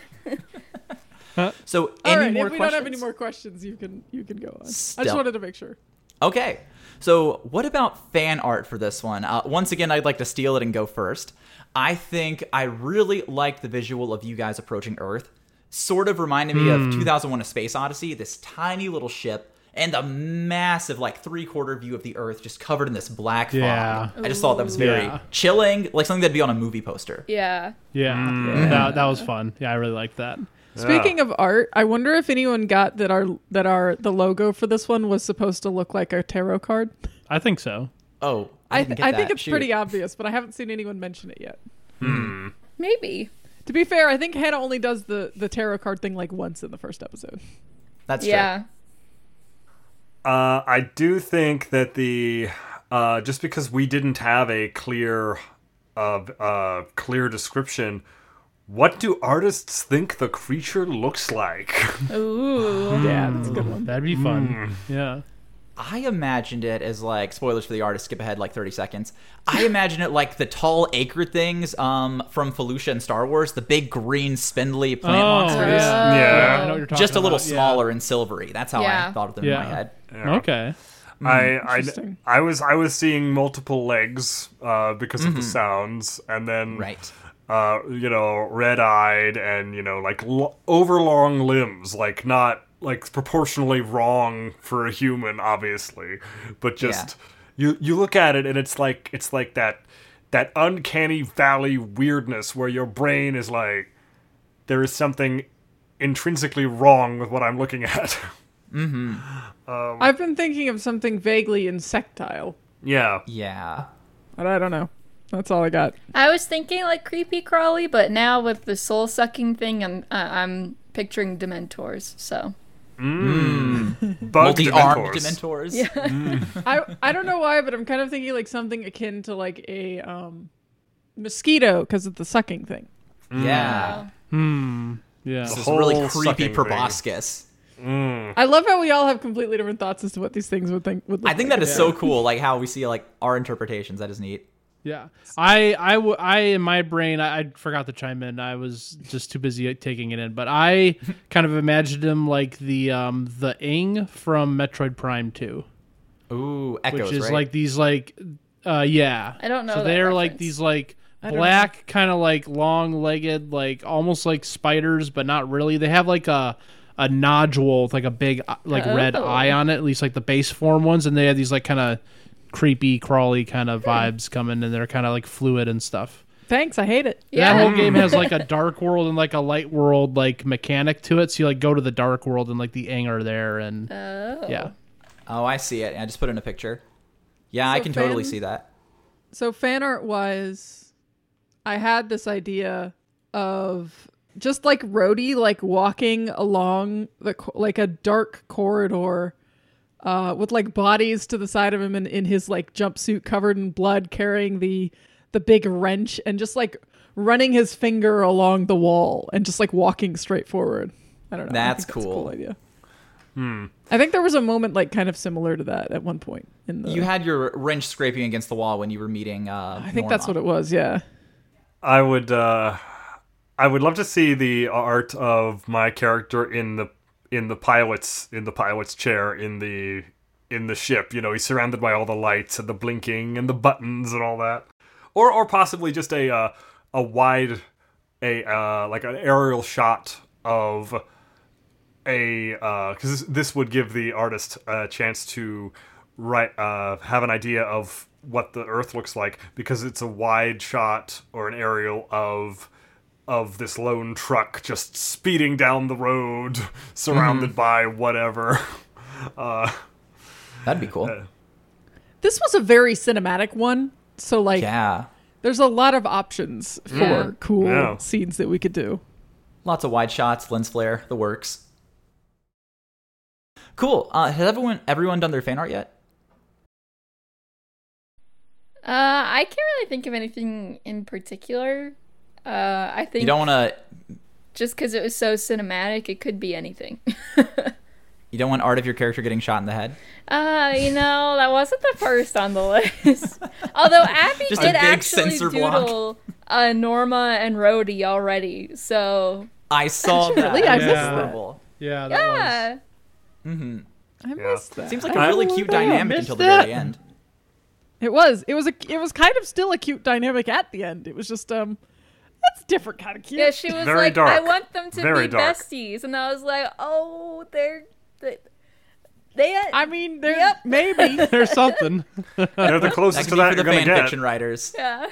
B: so,
A: All
B: any
A: right,
B: more
A: if we
B: questions?
A: don't have any more questions, you can you can go on. I
B: Stop.
A: just wanted to make sure.
B: Okay. So, what about fan art for this one? Uh, once again, I'd like to steal it and go first. I think I really like the visual of you guys approaching Earth. Sort of reminded me
A: Hmm.
B: of 2001 A Space Odyssey, this tiny little ship and the massive, like, three quarter view of the Earth just covered in this black fog.
E: Yeah.
B: I just thought that was very
E: Yeah.
B: chilling, like something that'd be on a movie poster.
C: yeah.
E: yeah,
B: Mm.
E: that, that was fun. Yeah, I really liked that.
A: Speaking of art, I wonder if anyone got that our that our the logo for this one was supposed to look like a tarot card.
E: I think so.
B: Oh, I,
A: I,
B: didn't
A: th-
B: get
A: I think
B: that.
A: it's
B: Shoot.
A: pretty obvious, but I haven't seen anyone mention it yet.
C: Maybe.
A: To be fair, I think Hannah only does the the tarot card thing like once in the first episode.
B: That's true.
C: yeah.
D: Uh, I do think that the uh, just because we didn't have a clear, uh, uh, clear description, what do artists think the creature looks like?
C: Ooh.
A: Yeah, that's a good one.
E: That'd be fun.
B: Mm.
E: Yeah.
B: I imagined it as like spoilers for the artist. Skip ahead like thirty seconds. I imagine it like the tall acre things um, from Felucia and Star Wars, the big green spindly plant monsters,
E: Oh,
C: Uh,
E: yeah. I know
D: yeah,
E: what you're talking
B: just a little
E: about, yeah.
B: smaller and silvery. That's how
C: Yeah.
B: I thought of them in my
E: Yeah.
B: head.
E: Okay.
D: I,
A: interesting.
D: I I was I was seeing multiple legs uh, because of the sounds, and then
B: Mm-hmm. Right.
D: uh, you know, red eyed and you know, like lo- overlong limbs, like not like proportionally wrong for a human, obviously, but just you you look at it and it's like it's like that that uncanny valley weirdness where your brain is like there is something intrinsically wrong with what I'm looking at.
A: I've been thinking of something vaguely insectile,
D: yeah,
B: Yeah.
A: but I don't know. That's all I got.
C: I was thinking like creepy crawly, but now with the soul sucking thing, I'm uh, I'm picturing Dementors. So
D: bugged
B: Multi-armed
D: Dementors.
B: dementors.
A: I I don't know why, but I'm kind of thinking like something akin to like a um mosquito because of the sucking thing.
B: Yeah.
E: Yeah.
B: This
D: Mm. Whole
B: really
D: sucking
B: creepy
D: thing.
B: proboscis.
A: I love how we all have completely different thoughts as to what these things would think would look
B: I think
A: like.
B: that is so cool. Like how we see like our interpretations. That is neat.
E: Yeah, I, I, w- I, in my brain, I, I forgot to chime in. I was just too busy taking it in, but I kind of imagined him like the, um, the Ing from Metroid Prime Two,
B: Ooh,
E: which
B: echoes.
E: is
B: right?
E: like these like, uh, yeah.
C: I don't know
E: So
C: that
E: they're like
C: reference.
E: these like
A: don't
E: black, kind of like long-legged, like almost like spiders, but not really. They have like a a nodule with like a big uh, like red
C: Oh.
E: eye on it, at least like the base form ones, and they have these like kind of creepy, crawly kind
C: Hmm.
E: of vibes coming, and they're kind of like fluid and stuff.
A: Thanks, I hate it.
E: That
C: Yeah.
E: whole game has like a dark world and like a light world like mechanic to it. So you like go to the dark world and like the Aang are there and yeah.
B: oh, I see it. I just put in a picture. Yeah, I
A: So
B: can totally
A: fan-
B: see that.
A: So fan art wise, I had this idea of just like Rhodey, like walking along the co- like a dark corridor, uh, with like bodies to the side of him and in his like jumpsuit covered in blood, carrying the the big wrench and just like running his finger along the wall and just like walking straight forward. I don't know. I
B: That's
A: think a
B: cool.
A: cool idea. I think there was a moment like kind of similar to that at one point in the.
B: You had your wrench scraping against the wall when you were meeting. Uh,
A: I think that's what it was. Yeah.
D: I would uh I would love to see the art of my character in the in the pilot's in the pilot's chair in the in the ship. You know, he's surrounded by all the lights and the blinking and the buttons and all that. Or or possibly just a uh, a wide a uh like an aerial shot of a because this would give the artist a chance to write uh, have an idea of what the Earth looks like because it's a wide shot or an aerial of of this lone truck just speeding down the road, surrounded by whatever. Uh,
B: That'd be cool.
A: This was a very cinematic one. So like
B: yeah.
A: there's a lot of options for cool
D: Yeah.
A: scenes that we could do.
B: Lots of wide shots, lens flare, the works. Cool. Uh, has everyone everyone done their fan art yet?
C: Uh, I can't really think of anything in particular. Uh, I think
B: You don't want to.
C: just because it was so cinematic, it could be anything.
B: You don't want art of your character getting shot in the head.
C: Uh, you know, that wasn't the first on the list. Although Abby
B: Just a
C: did
B: big
C: actually
B: censor block.
C: doodle uh, Norma and Rhodey already, so
B: I saw that.
A: Really? I
B: It was
E: missed that.
B: horrible.
E: Yeah, that was.
C: yeah.
A: I missed that.
B: Seems like
A: I
B: a really
A: don't
B: cute
A: know about that.
B: dynamic
E: missed
B: until the
E: that.
B: very end.
A: It was. It was a it was kind of still a cute dynamic at the end. It was just um that's a different kind of cute.
C: Yeah, she was
D: Very
C: like, I
D: dark.
C: want them to
D: Very
C: be
D: dark.
C: besties, and I was like, oh, they're they, they
A: I mean, there
C: Yep.
A: maybe.
E: There's something.
D: they're the
B: That
D: closest
B: could be
D: to that
B: for the
D: you're gonna
B: fan
D: get.
B: fiction writers.
C: yeah,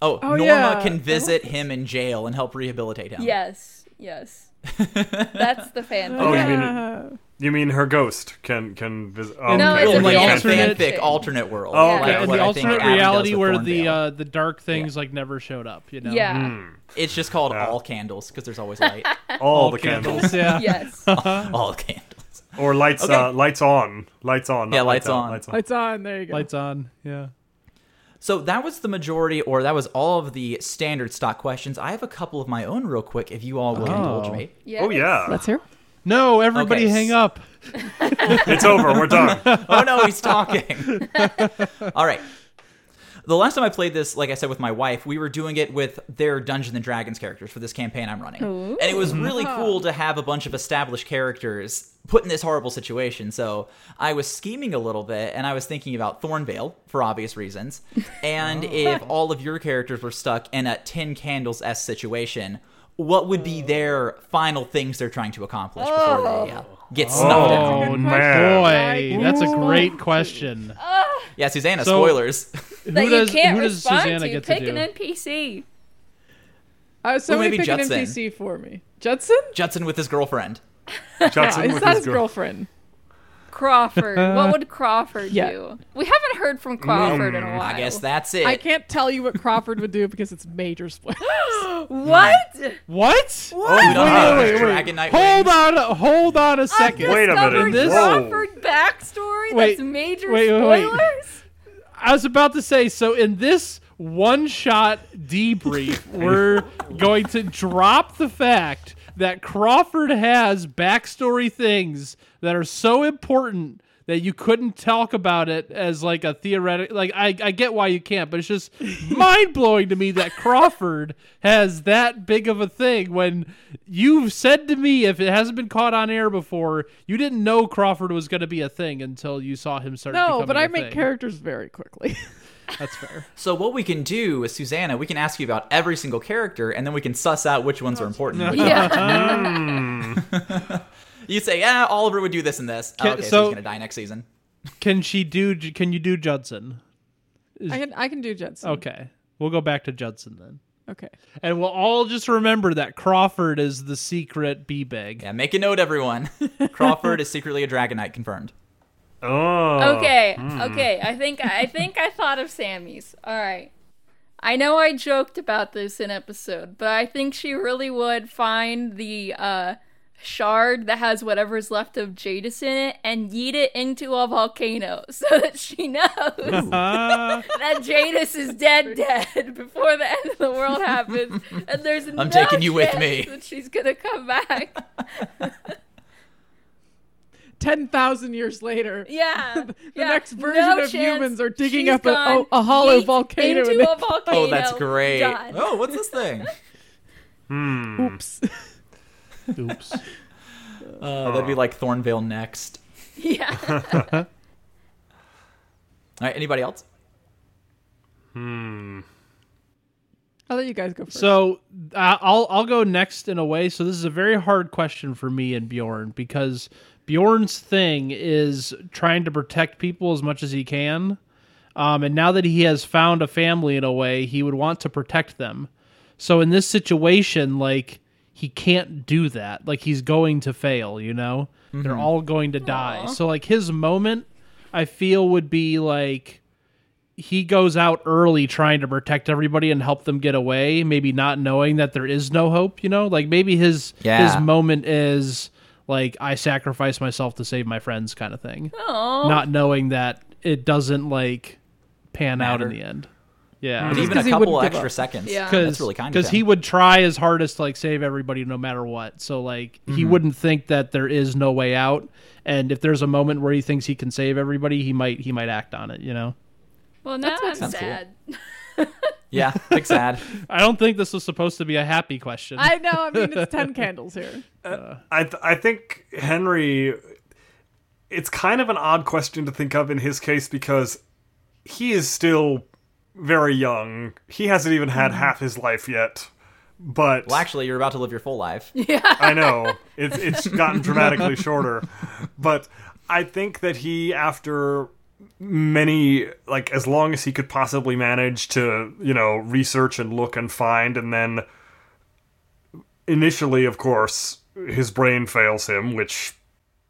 B: Oh, Norma
A: yeah.
B: can visit him in jail and help rehabilitate him.
C: yes, yes, that's the fan.
D: Oh, you
C: fiction.
D: mean
A: Yeah.
D: You mean her ghost can can visit? Oh,
C: No,
D: okay.
C: it's
B: Well,
E: in
B: like
E: the
B: in a
E: alternate-
B: fanfic alternate world.
D: Oh,
C: okay.
B: like
E: Yeah, in
B: what
E: the
B: I think
E: alternate
B: Adam does
E: reality
B: with
E: where
B: Thorndale.
E: the uh, the dark things like never showed up, you know.
C: yeah,
D: Hmm.
B: it's just called all candles because there's always light.
D: all the candles
E: yeah.
C: yes.
E: Oh,
B: all candles.
D: or lights
B: Okay.
D: uh, lights on lights on not
B: Yeah, lights
D: out,
B: on.
D: lights on
A: Lights on. There you go.
E: Lights on. Yeah.
B: So that was the majority, or that was all of the standard stock questions. I have a couple of my own real quick, if you all will indulge me.
C: yes.
D: oh yeah
A: Let's hear.
E: No, everybody
B: Okay.
E: hang up.
D: It's over. We're done.
B: oh no, he's talking. All right. The last time I played this, like I said, with my wife, we were doing it with their Dungeons and Dragons characters for this campaign I'm running. And it was really cool to have a bunch of established characters put in this horrible situation. So I was scheming a little bit and I was thinking about Thornvale for obvious reasons. And if all of your characters were stuck in a Tin Candles S situation, what would be their final things they're trying to accomplish before they uh, get snuffed out?
E: Oh
D: good question.
E: boy,
A: Like,
E: that's a
A: ooh.
E: great question.
B: Yeah, Susanna,
E: So-
B: spoilers.
C: that
E: who
C: you
E: does
C: can't
E: who does
C: respond
E: Susanna
C: to.
E: get
C: Pick
E: to do?
C: an NPC.
A: Uh,
B: Well,
A: somebody
B: maybe
A: pick an
B: Judson.
A: NPC for me. Judson?
B: Judson with his girlfriend.
D: Judson
A: Is
D: with
A: that
D: his
A: his
D: girl.
A: girlfriend?
C: Crawford. what would Crawford
A: Yeah.
C: do? We haven't heard from
D: Mm.
C: Crawford in a while.
B: I guess that's it.
A: I can't tell you what Crawford would do because it's major spoilers.
C: What?
E: What?
B: Dude,
D: Wait,
B: uh,
D: wait, wait.
B: Dragon Knight
E: Hold
B: wings.
E: on, hold on a second.
D: Wait a minute.
C: Undiscovered
E: This-
C: Crawford backstory.
E: Wait,
C: that's major
E: wait, wait, wait.
C: spoilers.
E: I was about to say, so in this one shot debrief, we're going to drop the fact that Crawford has backstory things that are so important that you couldn't talk about it as like a theoretic like I, I get why you can't, but it's just mind blowing to me that Crawford has that big of a thing when you've said to me if it hasn't been caught on air before, you didn't know Crawford was gonna be a thing until you saw him start
A: No,
E: becoming
A: but
E: a
A: I make
E: thing.
A: characters very quickly.
E: That's fair.
B: So what we can do is Susanna, we can ask you about every single character, and then we can suss out which ones are important.
C: Yeah.
B: You say, yeah, Oliver would do this and this. Oh,
E: Can-
B: okay, so,
E: so-
B: he's gonna die next season.
E: Can she do? Can you do Judson?
A: I can I can do Judson.
E: Okay, we'll go back to Judson then,
A: Okay.
E: and we'll all just remember that Crawford is the secret b bag.
B: Yeah, make a note, everyone. Crawford is secretly a Dragonite, confirmed.
D: Oh.
B: hmm.
C: okay. Okay. I think I think I thought of Sammy's. All right. I know I joked about this in episode, but I think she really would find the uh, shard that has whatever's left of Jadis in it and yeet it into a volcano so that she knows
E: Ah.
C: that Jadis is dead, dead before the end of the world happens. And there's
B: I'm taking you with me.
C: That she's gonna come back.
A: 10,000 years later.
C: Yeah. the
A: The next version of humans are digging up a, a, a hollow volcano.
C: Into
A: and
C: a volcano.
B: Oh, that's great.
C: Done.
B: Oh, what's this thing?
A: they- oops.
E: Oops.
B: Uh, that'd be like Thornvale next.
C: Yeah.
B: All right, anybody else?
A: I'll let you guys go first.
E: So uh, I'll I'll go next in a way. So this is a very hard question for me and Bjorn because Bjorn's thing is trying to protect people as much as he can, um, and now that he has found a family in a way, he would want to protect them. So in this situation, like he can't do that. Like he's going to fail. You know,
B: Mm-hmm.
E: they're all going to die. So like his moment, I feel would be like he goes out early trying to protect everybody and help them get away, maybe not knowing that there is no hope, you know? Like maybe his
B: Yeah.
E: his moment is like I sacrifice myself to save my friends kind of thing.
C: Aw.
E: Not knowing that it doesn't like pan out
B: Matter.
E: in the end. Yeah.
B: But even
A: 'cause
B: a
A: he
B: couple
A: wouldn't give
B: extra
A: up.
B: seconds.
C: Yeah.
B: That's really kind of
E: because
B: him.
E: he would try his hardest to like save everybody no matter what. So like
B: Mm-hmm.
E: he wouldn't think that there is no way out, and if there's a moment where he thinks he can save everybody, he might he might act on it. You know,
C: Well, now I'm
B: sounds cool.
C: sad.
B: Yeah, big sad.
E: I don't think this was supposed to be a happy question.
A: I know. I mean, it's 10 candles here.
D: I th- I think Henry. It's kind of an odd question to think of in his case because he is still very young. He hasn't even had half his life yet. But
B: Well, actually, you're about to live your full life.
D: I know it's it's gotten dramatically shorter, but I think that he after many like as long as he could possibly manage to you know research and look and find and then initially of course his brain fails him which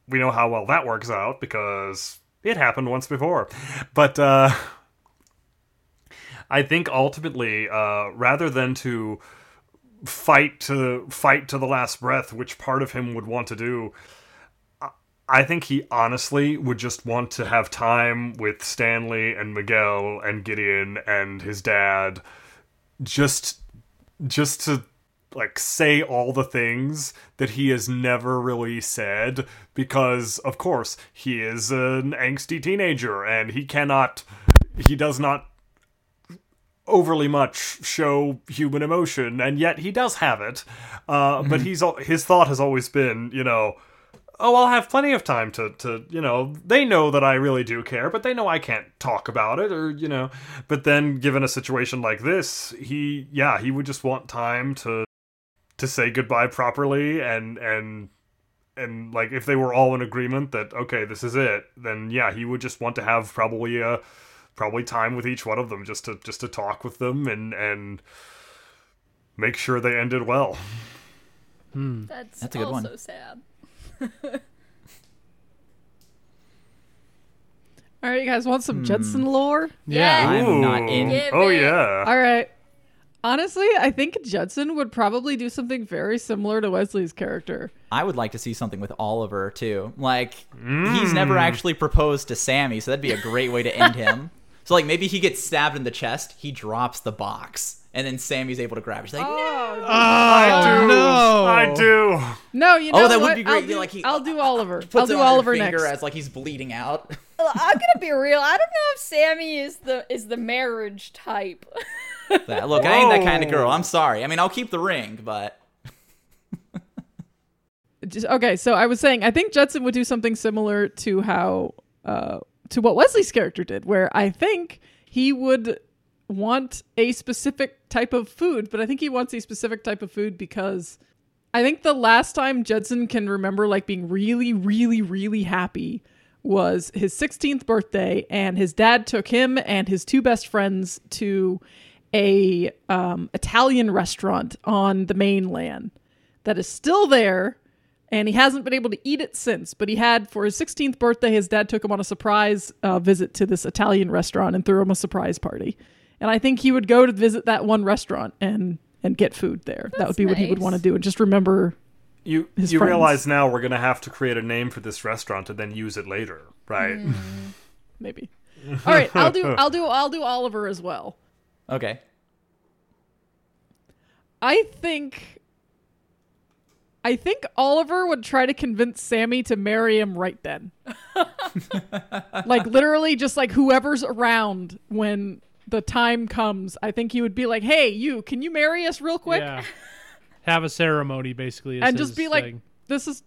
D: we know how well that works out because it happened once before but uh i think ultimately uh rather than to fight to fight to the last breath, which part of him would want to do. I- I think he honestly would just want to have time with Stanley and Miguel and Gideon and his dad just just to like say all the things that he has never really said because of course he is an angsty teenager and he cannot he does not overly much show human emotion, and yet he does have it. Uh, But he's al- his thought has always been, you know, oh, I'll have plenty of time to to you know. They know that I really do care, but they know I can't talk about it, or you know. But then, given a situation like this, he yeah, he would just want time to to say goodbye properly and and and like if they were all in agreement that okay this is it then yeah he would just want to have probably a probably time with each one of them just to just to talk with them and and make sure they ended well
C: That's,
B: Hmm. That's a good
C: also
B: one.
C: sad.
A: All right, you guys want some Judson lore?
C: Yeah.
B: I'm not in.
D: Ooh.
C: Give
D: oh
C: it.
D: yeah
A: All right. Honestly, I think Judson would probably do something very similar to Wesley's character.
B: I would like to see something with Oliver too. Like he's
D: Mm.
B: never actually proposed to Sammy, so that'd be a great way to end him. so like maybe he gets stabbed in the chest, he drops the box, and then Sammy's able to grab. it. She's
A: Oh,
B: like, "No."
D: i do
E: Oh, no.
D: i do
A: No, you
B: Oh,
A: know
B: that would
A: what?
B: be great.
A: I'll
B: Yeah,
A: do,
B: like he-
A: I'll do Oliver.
B: puts
A: I'll
B: it
A: do
B: on her
A: Oliver
B: finger
A: next.
B: as like he's bleeding out.
C: Well, I'm gonna be real. I don't know if Sammy is the is the marriage type.
B: That- look, I ain't that kind of
D: Whoa.
B: girl. I'm sorry. I mean, I'll keep the ring, but
A: Just- okay, so I was saying I think Judson would do something similar to how uh, to what Wesley's character did, where I think he would want a specific type of food, but I think he wants a specific type of food because I think the last time Judson can remember like being really, really, really happy was his 16th birthday, and his dad took him and his two best friends to a um, Italian restaurant on the mainland that is still there and he hasn't been able to eat it since. But he had for his 16th birthday, his dad took him on a surprise uh, visit to this Italian restaurant and threw him a surprise party. And I think he would go to visit that one restaurant and and get food there. that would be what he would
C: nice.
A: want to do and just remember
D: You
A: His
D: you
A: friends.
D: realize now we're gonna have to create a name for this restaurant and then use it later, right?
C: Mm.
A: maybe. All right, I'll do I'll do I'll do Oliver as well.
B: Okay.
A: I think I think Oliver would try to convince Sammy to marry him right then. like literally just like whoever's around when the time comes, I think he would be like, "Hey, you, can you marry us real quick?"
E: Yeah. Have a ceremony, basically, is
A: and just
E: his
A: be like,
E: thing.
A: "This is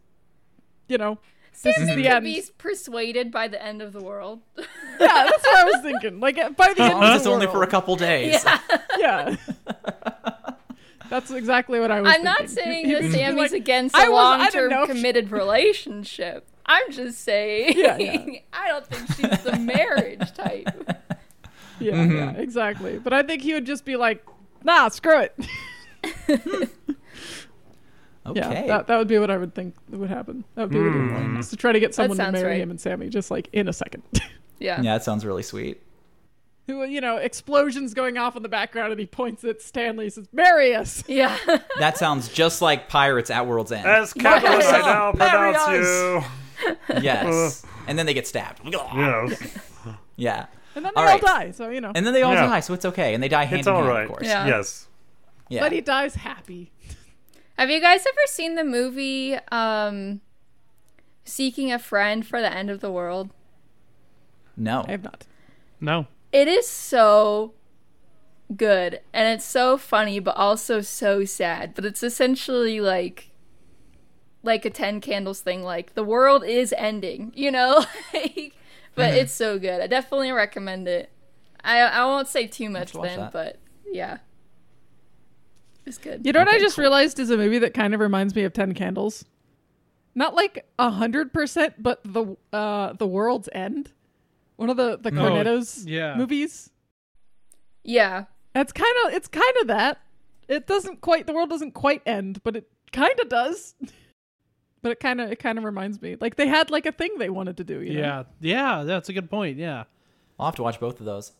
A: you know,
C: This
A: is the
C: could
A: end.
C: be persuaded by the end of the world.
A: yeah, that's what I was thinking. Like uh, by the end
B: As long as
A: of
B: it's
A: the world.
B: only for a couple days.
C: Yeah.
A: yeah. That's exactly what I was
C: I'm not
A: thinking. He- he would
C: saying that
A: just be
C: Sammy's
A: like,
C: against
A: "I
C: a
A: was- I
C: long
A: didn't know
C: term
A: if she-"
C: committed relationship. I'm just saying,
A: Yeah, yeah.
C: I don't think she's the marriage type.
A: Yeah, yeah, exactly. But I think he would just be like, nah, screw it.
B: Okay.
A: yeah, that, that would be what I would think would happen. That would be what he would want. Is to try to get someone to
C: sounds
A: marry
C: right.
A: him and Sammy just like in a second.
C: Yeah.
B: yeah, that sounds really sweet.
A: Who, you know, explosions going off in the background and he points at Stanley and says, marry us.
C: Yeah.
B: That sounds just like Pirates at World's End.
D: As capitalist, I now
B: Marry
D: pronounce you.
B: us. yes. And then they get stabbed.
D: Yes,
B: Yeah.
A: And then they all,
B: All right.
A: die. So, you know.
B: And then they all
D: Yeah.
B: die, so it's okay. And they die hand
D: it's
B: in
D: all
B: hand,
D: right.
B: of course.
C: Yeah.
D: Yes,
B: Yeah.
A: but he dies happy.
C: Have you guys ever seen the movie um, Seeking a Friend for the End of the World?
B: No.
A: I have not.
E: no.
C: It is so good and it's so funny but also so sad. But it's essentially like like a 10 candles thing like the world is ending, you know? Like, but
B: Mm-hmm.
C: it's so good. I definitely recommend it. I I won't say too much
B: watch
C: then,
B: that.
C: but yeah. It's good.
A: You know what I just realized is a movie that kind of reminds me of Ten Candles. Not like a hundred percent, but the uh the world's end, one of the the Cornettos
E: yeah.
A: movies.
C: Yeah.
A: That's kind of it's kind of that. It doesn't quite the world doesn't quite end, but it kind of does. But it kind of it kind of reminds me like they had like a thing they wanted to do. You know?
E: Yeah. Yeah, that's a good point. Yeah.
B: I'll have to watch both of those.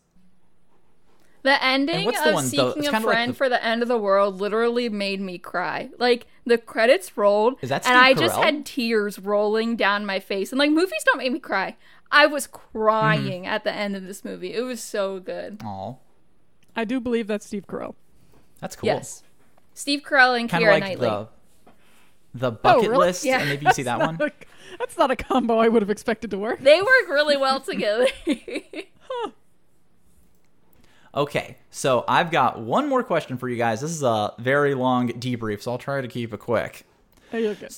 C: The ending
B: what's the
C: of
B: one, though?
C: Seeking
B: It's
C: a Friend
B: kinda like the-
C: for the End of the World literally made me cry. Like the credits rolled,
B: Is that
C: and I
B: Steve
C: just
B: Carell?
C: had tears rolling down my face. And like movies don't make me cry. I was crying at the end of this movie. It was so good.
B: Oh.
A: I do believe that's Steve Carell.
B: That's cool.
C: Yes, Steve Carell and
B: Kind
C: Keira
B: of like
C: Knightley. Oh,
B: the the bucket
A: really?
B: list.
C: Yeah.
B: And maybe you see that one.
A: Not a- that's not a combo I would have expected to work.
C: They work really well together.
B: Okay, so I've got one more question for you guys. This is a very long debrief, so I'll try to keep it quick.
A: Hey, you're good.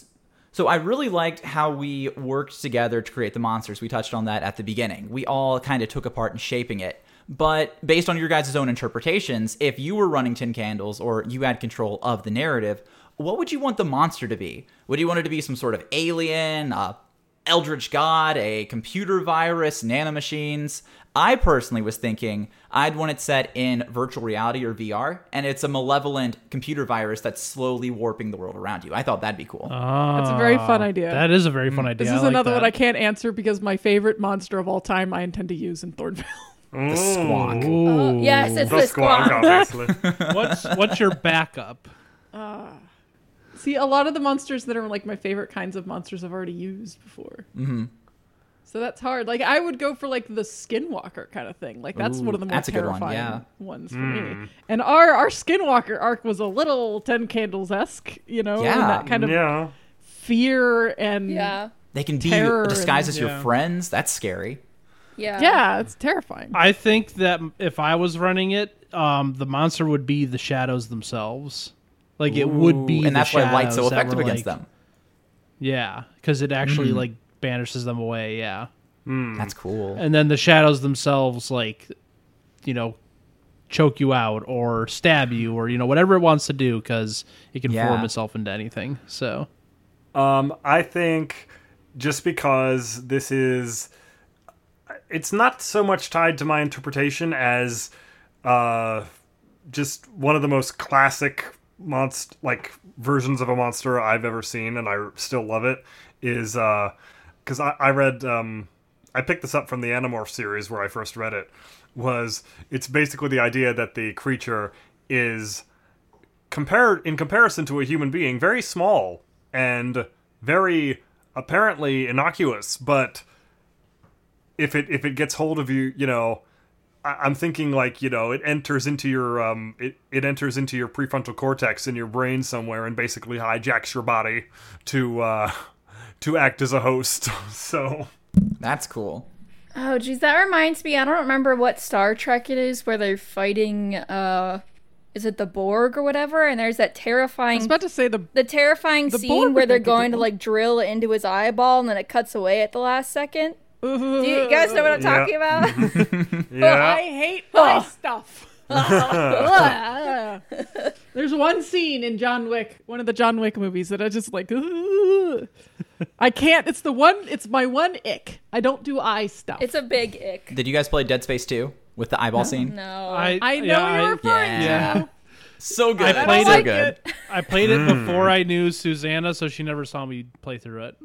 B: So I really liked how we worked together to create the monsters. We touched on that at the beginning. We all kind of took apart in shaping it. But based on your guys' own interpretations, if you were running Tin Candles or you had control of the narrative, what would you want the monster to be? Would you want it to be some sort of alien, a eldritch god, a computer virus, nanomachines? I personally was thinking I'd want it set in virtual reality or VR, and it's a malevolent computer virus that's slowly warping the world around you. I thought that'd be cool.
A: That's a very fun idea.
E: Ah, That is a very
B: Mm.
E: fun idea.
A: This is another one I can't answer because my favorite monster of all time I intend to use in Thornville.
B: the squawk.
E: I Ooh.
A: Oh,
C: yes, it's
D: the
C: the
D: squawk,
C: squad.
D: obviously.
E: what's what's your backup?
A: See, a lot of the monsters that are like my favorite kinds of monsters I've already used before. Mm-hmm. So that's hard. Like I would go for like the skinwalker kind of thing. Like that's one of the
B: Ooh,
A: more
B: that's a good one,
A: terrifying
B: yeah.
A: ones for me. And our our skinwalker arc was a little ten candles esque, you know, and
B: Yeah.
A: that kind of
D: yeah.
A: fear and
C: Yeah,
B: They can be
A: Terror
B: disguised as your
E: yeah.
B: friends. That's scary.
C: yeah,
A: yeah, it's terrifying.
E: I think that if I was running it, um, the monster would be the shadows themselves. Like it would be,
B: Ooh, and
E: the
B: that's why light's so
E: shadows that
B: effective
E: were,
B: against
E: like-
B: them.
E: Yeah, because it actually like banishes them away. Yeah, mm.
B: That's cool.
E: and then the shadows themselves, like you know, choke you out or stab you or you know whatever it wants to do because it can
B: Yeah.
E: form itself into anything. So
D: Um, I think just because this is, it's not so much tied to my interpretation as uh, just one of the most classic monst like versions of a uh, monster I've ever seen, and I still love it. Is because I, I read um, I picked this up from the Animorph series where I first read it. Was it's basically the idea that the creature is compared in comparison to a human being, very small and very apparently innocuous, but if it if it gets hold of you, you know, I, I'm thinking like you know, it enters into your um, it it enters into your prefrontal cortex in your brain somewhere and basically hijacks your body to uh, to act as a host. so
B: That's cool.
C: Oh, geez, that reminds me. I don't remember what Star Trek it is where they're fighting. uh Is it the Borg or whatever? And there's that
A: I was
C: terrifying,
A: about to say the
C: the terrifying
A: the
C: scene
A: Borg
C: where
A: would
C: they're
A: make a
C: going
A: good
C: to
A: one.
C: like drill into his eyeball, and then it cuts away at the last second. Do you, you guys know what I'm
D: Yeah.
C: talking about?
A: I Oh,
D: yeah,
A: hate my stuff. There's one scene in John Wick, one of the John Wick movies, that I just like. "Ugh." I can't. It's the one. It's my one ick. I don't do eye stuff.
C: it's a big ick.
B: Did you guys play Dead Space 2 with the eyeball scene?
C: No.
A: I know
E: yeah,
A: you're
E: I-
A: referring
B: Yeah.
A: to.
E: Yeah.
B: So good.
E: I played
B: so
E: it.
B: good.
E: I played it before I knew Susanna, so she never saw me play through it.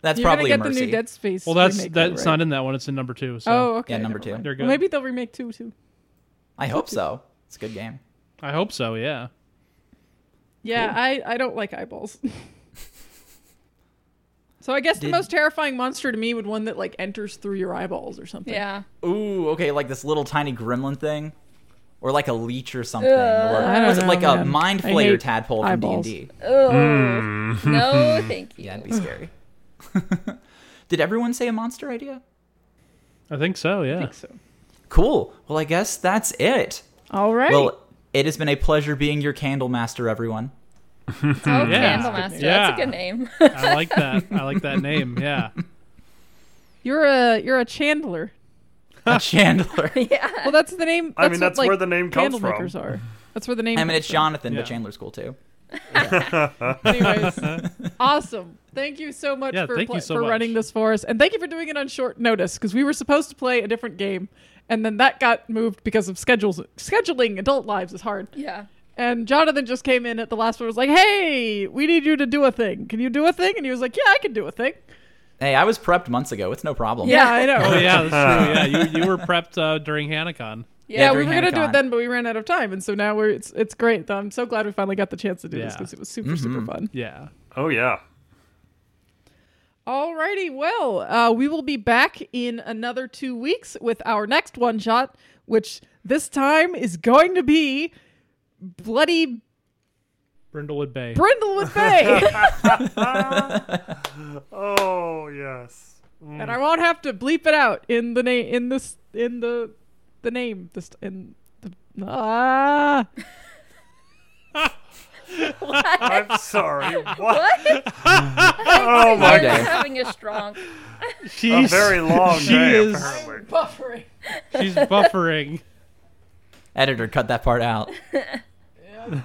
B: That's
A: You're
B: probably
A: gonna
B: a
A: get
B: mercy.
A: the new Dead Space.
E: Well, that's
A: remake, though,
E: that's
A: right?
E: not in that one. It's in number two. So
A: Oh, okay.
B: yeah,
A: never
B: number two.
A: mind.
E: they're good.
A: Well, maybe they'll remake two too.
B: I hope so. It's a good game.
E: I hope so. Yeah.
A: Yeah, I, I don't like eyeballs. so I guess
B: Did-
A: the most terrifying monster to me would one that like enters through your eyeballs or something.
C: yeah.
B: Ooh, okay, like this little tiny gremlin thing, or like a leech or something,
A: Uh, I
B: or
A: don't
B: was it
A: know,
B: like a
A: man.
B: mind
A: I
B: flayer
A: hate
B: tadpole from D and
A: eyeballs.
B: D?
C: Oh no, thank you.
B: Yeah, it'd be scary. Did everyone say a monster idea?
E: I think so. Yeah.
A: I think so.
B: Cool. Well, I guess that's it.
A: All right.
B: Well, it has been a pleasure being your candle master, everyone.
C: Oh,
E: Yeah.
C: Candlemaster.
E: Yeah.
C: That's a good name.
E: I like that. I like that name. Yeah.
A: you're a you're a Chandler.
B: A Chandler.
C: yeah.
A: Well, that's the name. That's
D: I mean,
A: what,
D: that's
A: like,
D: where the name comes
A: candle
D: from.
A: makers are. That's where the name.
B: I mean,
A: comes
B: it's Jonathan,
E: Yeah.
B: but Chandler's cool too.
A: from. Anyways, awesome. Thank you so much
E: Yeah,
A: for
E: thank you
A: pla-
E: so
A: for
E: much.
A: running this for us, and thank you for doing it on short notice because we were supposed to play a different game, and then that got moved because of schedules. Scheduling adult lives is hard.
C: Yeah.
A: And Jonathan just came in at the last one and was like, Hey, we need you to do a thing. Can you do a thing? And he was like, Yeah, I can do a thing.
B: Hey, I was prepped months ago. It's no problem.
A: Yeah, I know.
E: Oh yeah, that's true. Yeah, you, you were prepped uh, during Hanukkah.
A: Yeah, we
B: during
A: were gonna do
B: Hanukkah.
A: it then, but we ran out of time, and so now we're it's it's great. Though I'm so glad we finally got the chance to do this
E: Yeah.
A: because it was super
B: Mm-hmm.
A: super fun.
E: Yeah.
D: oh yeah.
A: Alrighty, well, uh, we will be back in another two weeks with our next one shot, which this time is going to be bloody
E: Brindlewood Bay.
A: Brindlewood Bay.
D: Oh yes.
A: and I won't have to bleep it out in the name in this in the the name this in the ah
D: I'm sorry. What?
C: What?
D: Oh my
B: Sorry.
C: He's
B: day.
C: having a strong.
D: A
E: she's
D: very long
E: she
D: day,
E: is-
D: apparently.
A: buffering.
E: she's buffering.
B: Editor, cut that part out.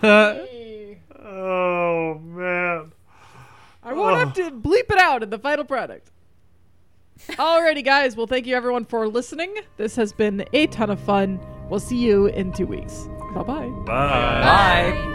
D: Uh, Oh man.
A: I won't have to bleep it out in the final product. Alrighty, guys. Well, thank you everyone for listening. This has been a ton of fun. We'll see you in two weeks. Bye bye.
D: Bye.
B: Bye.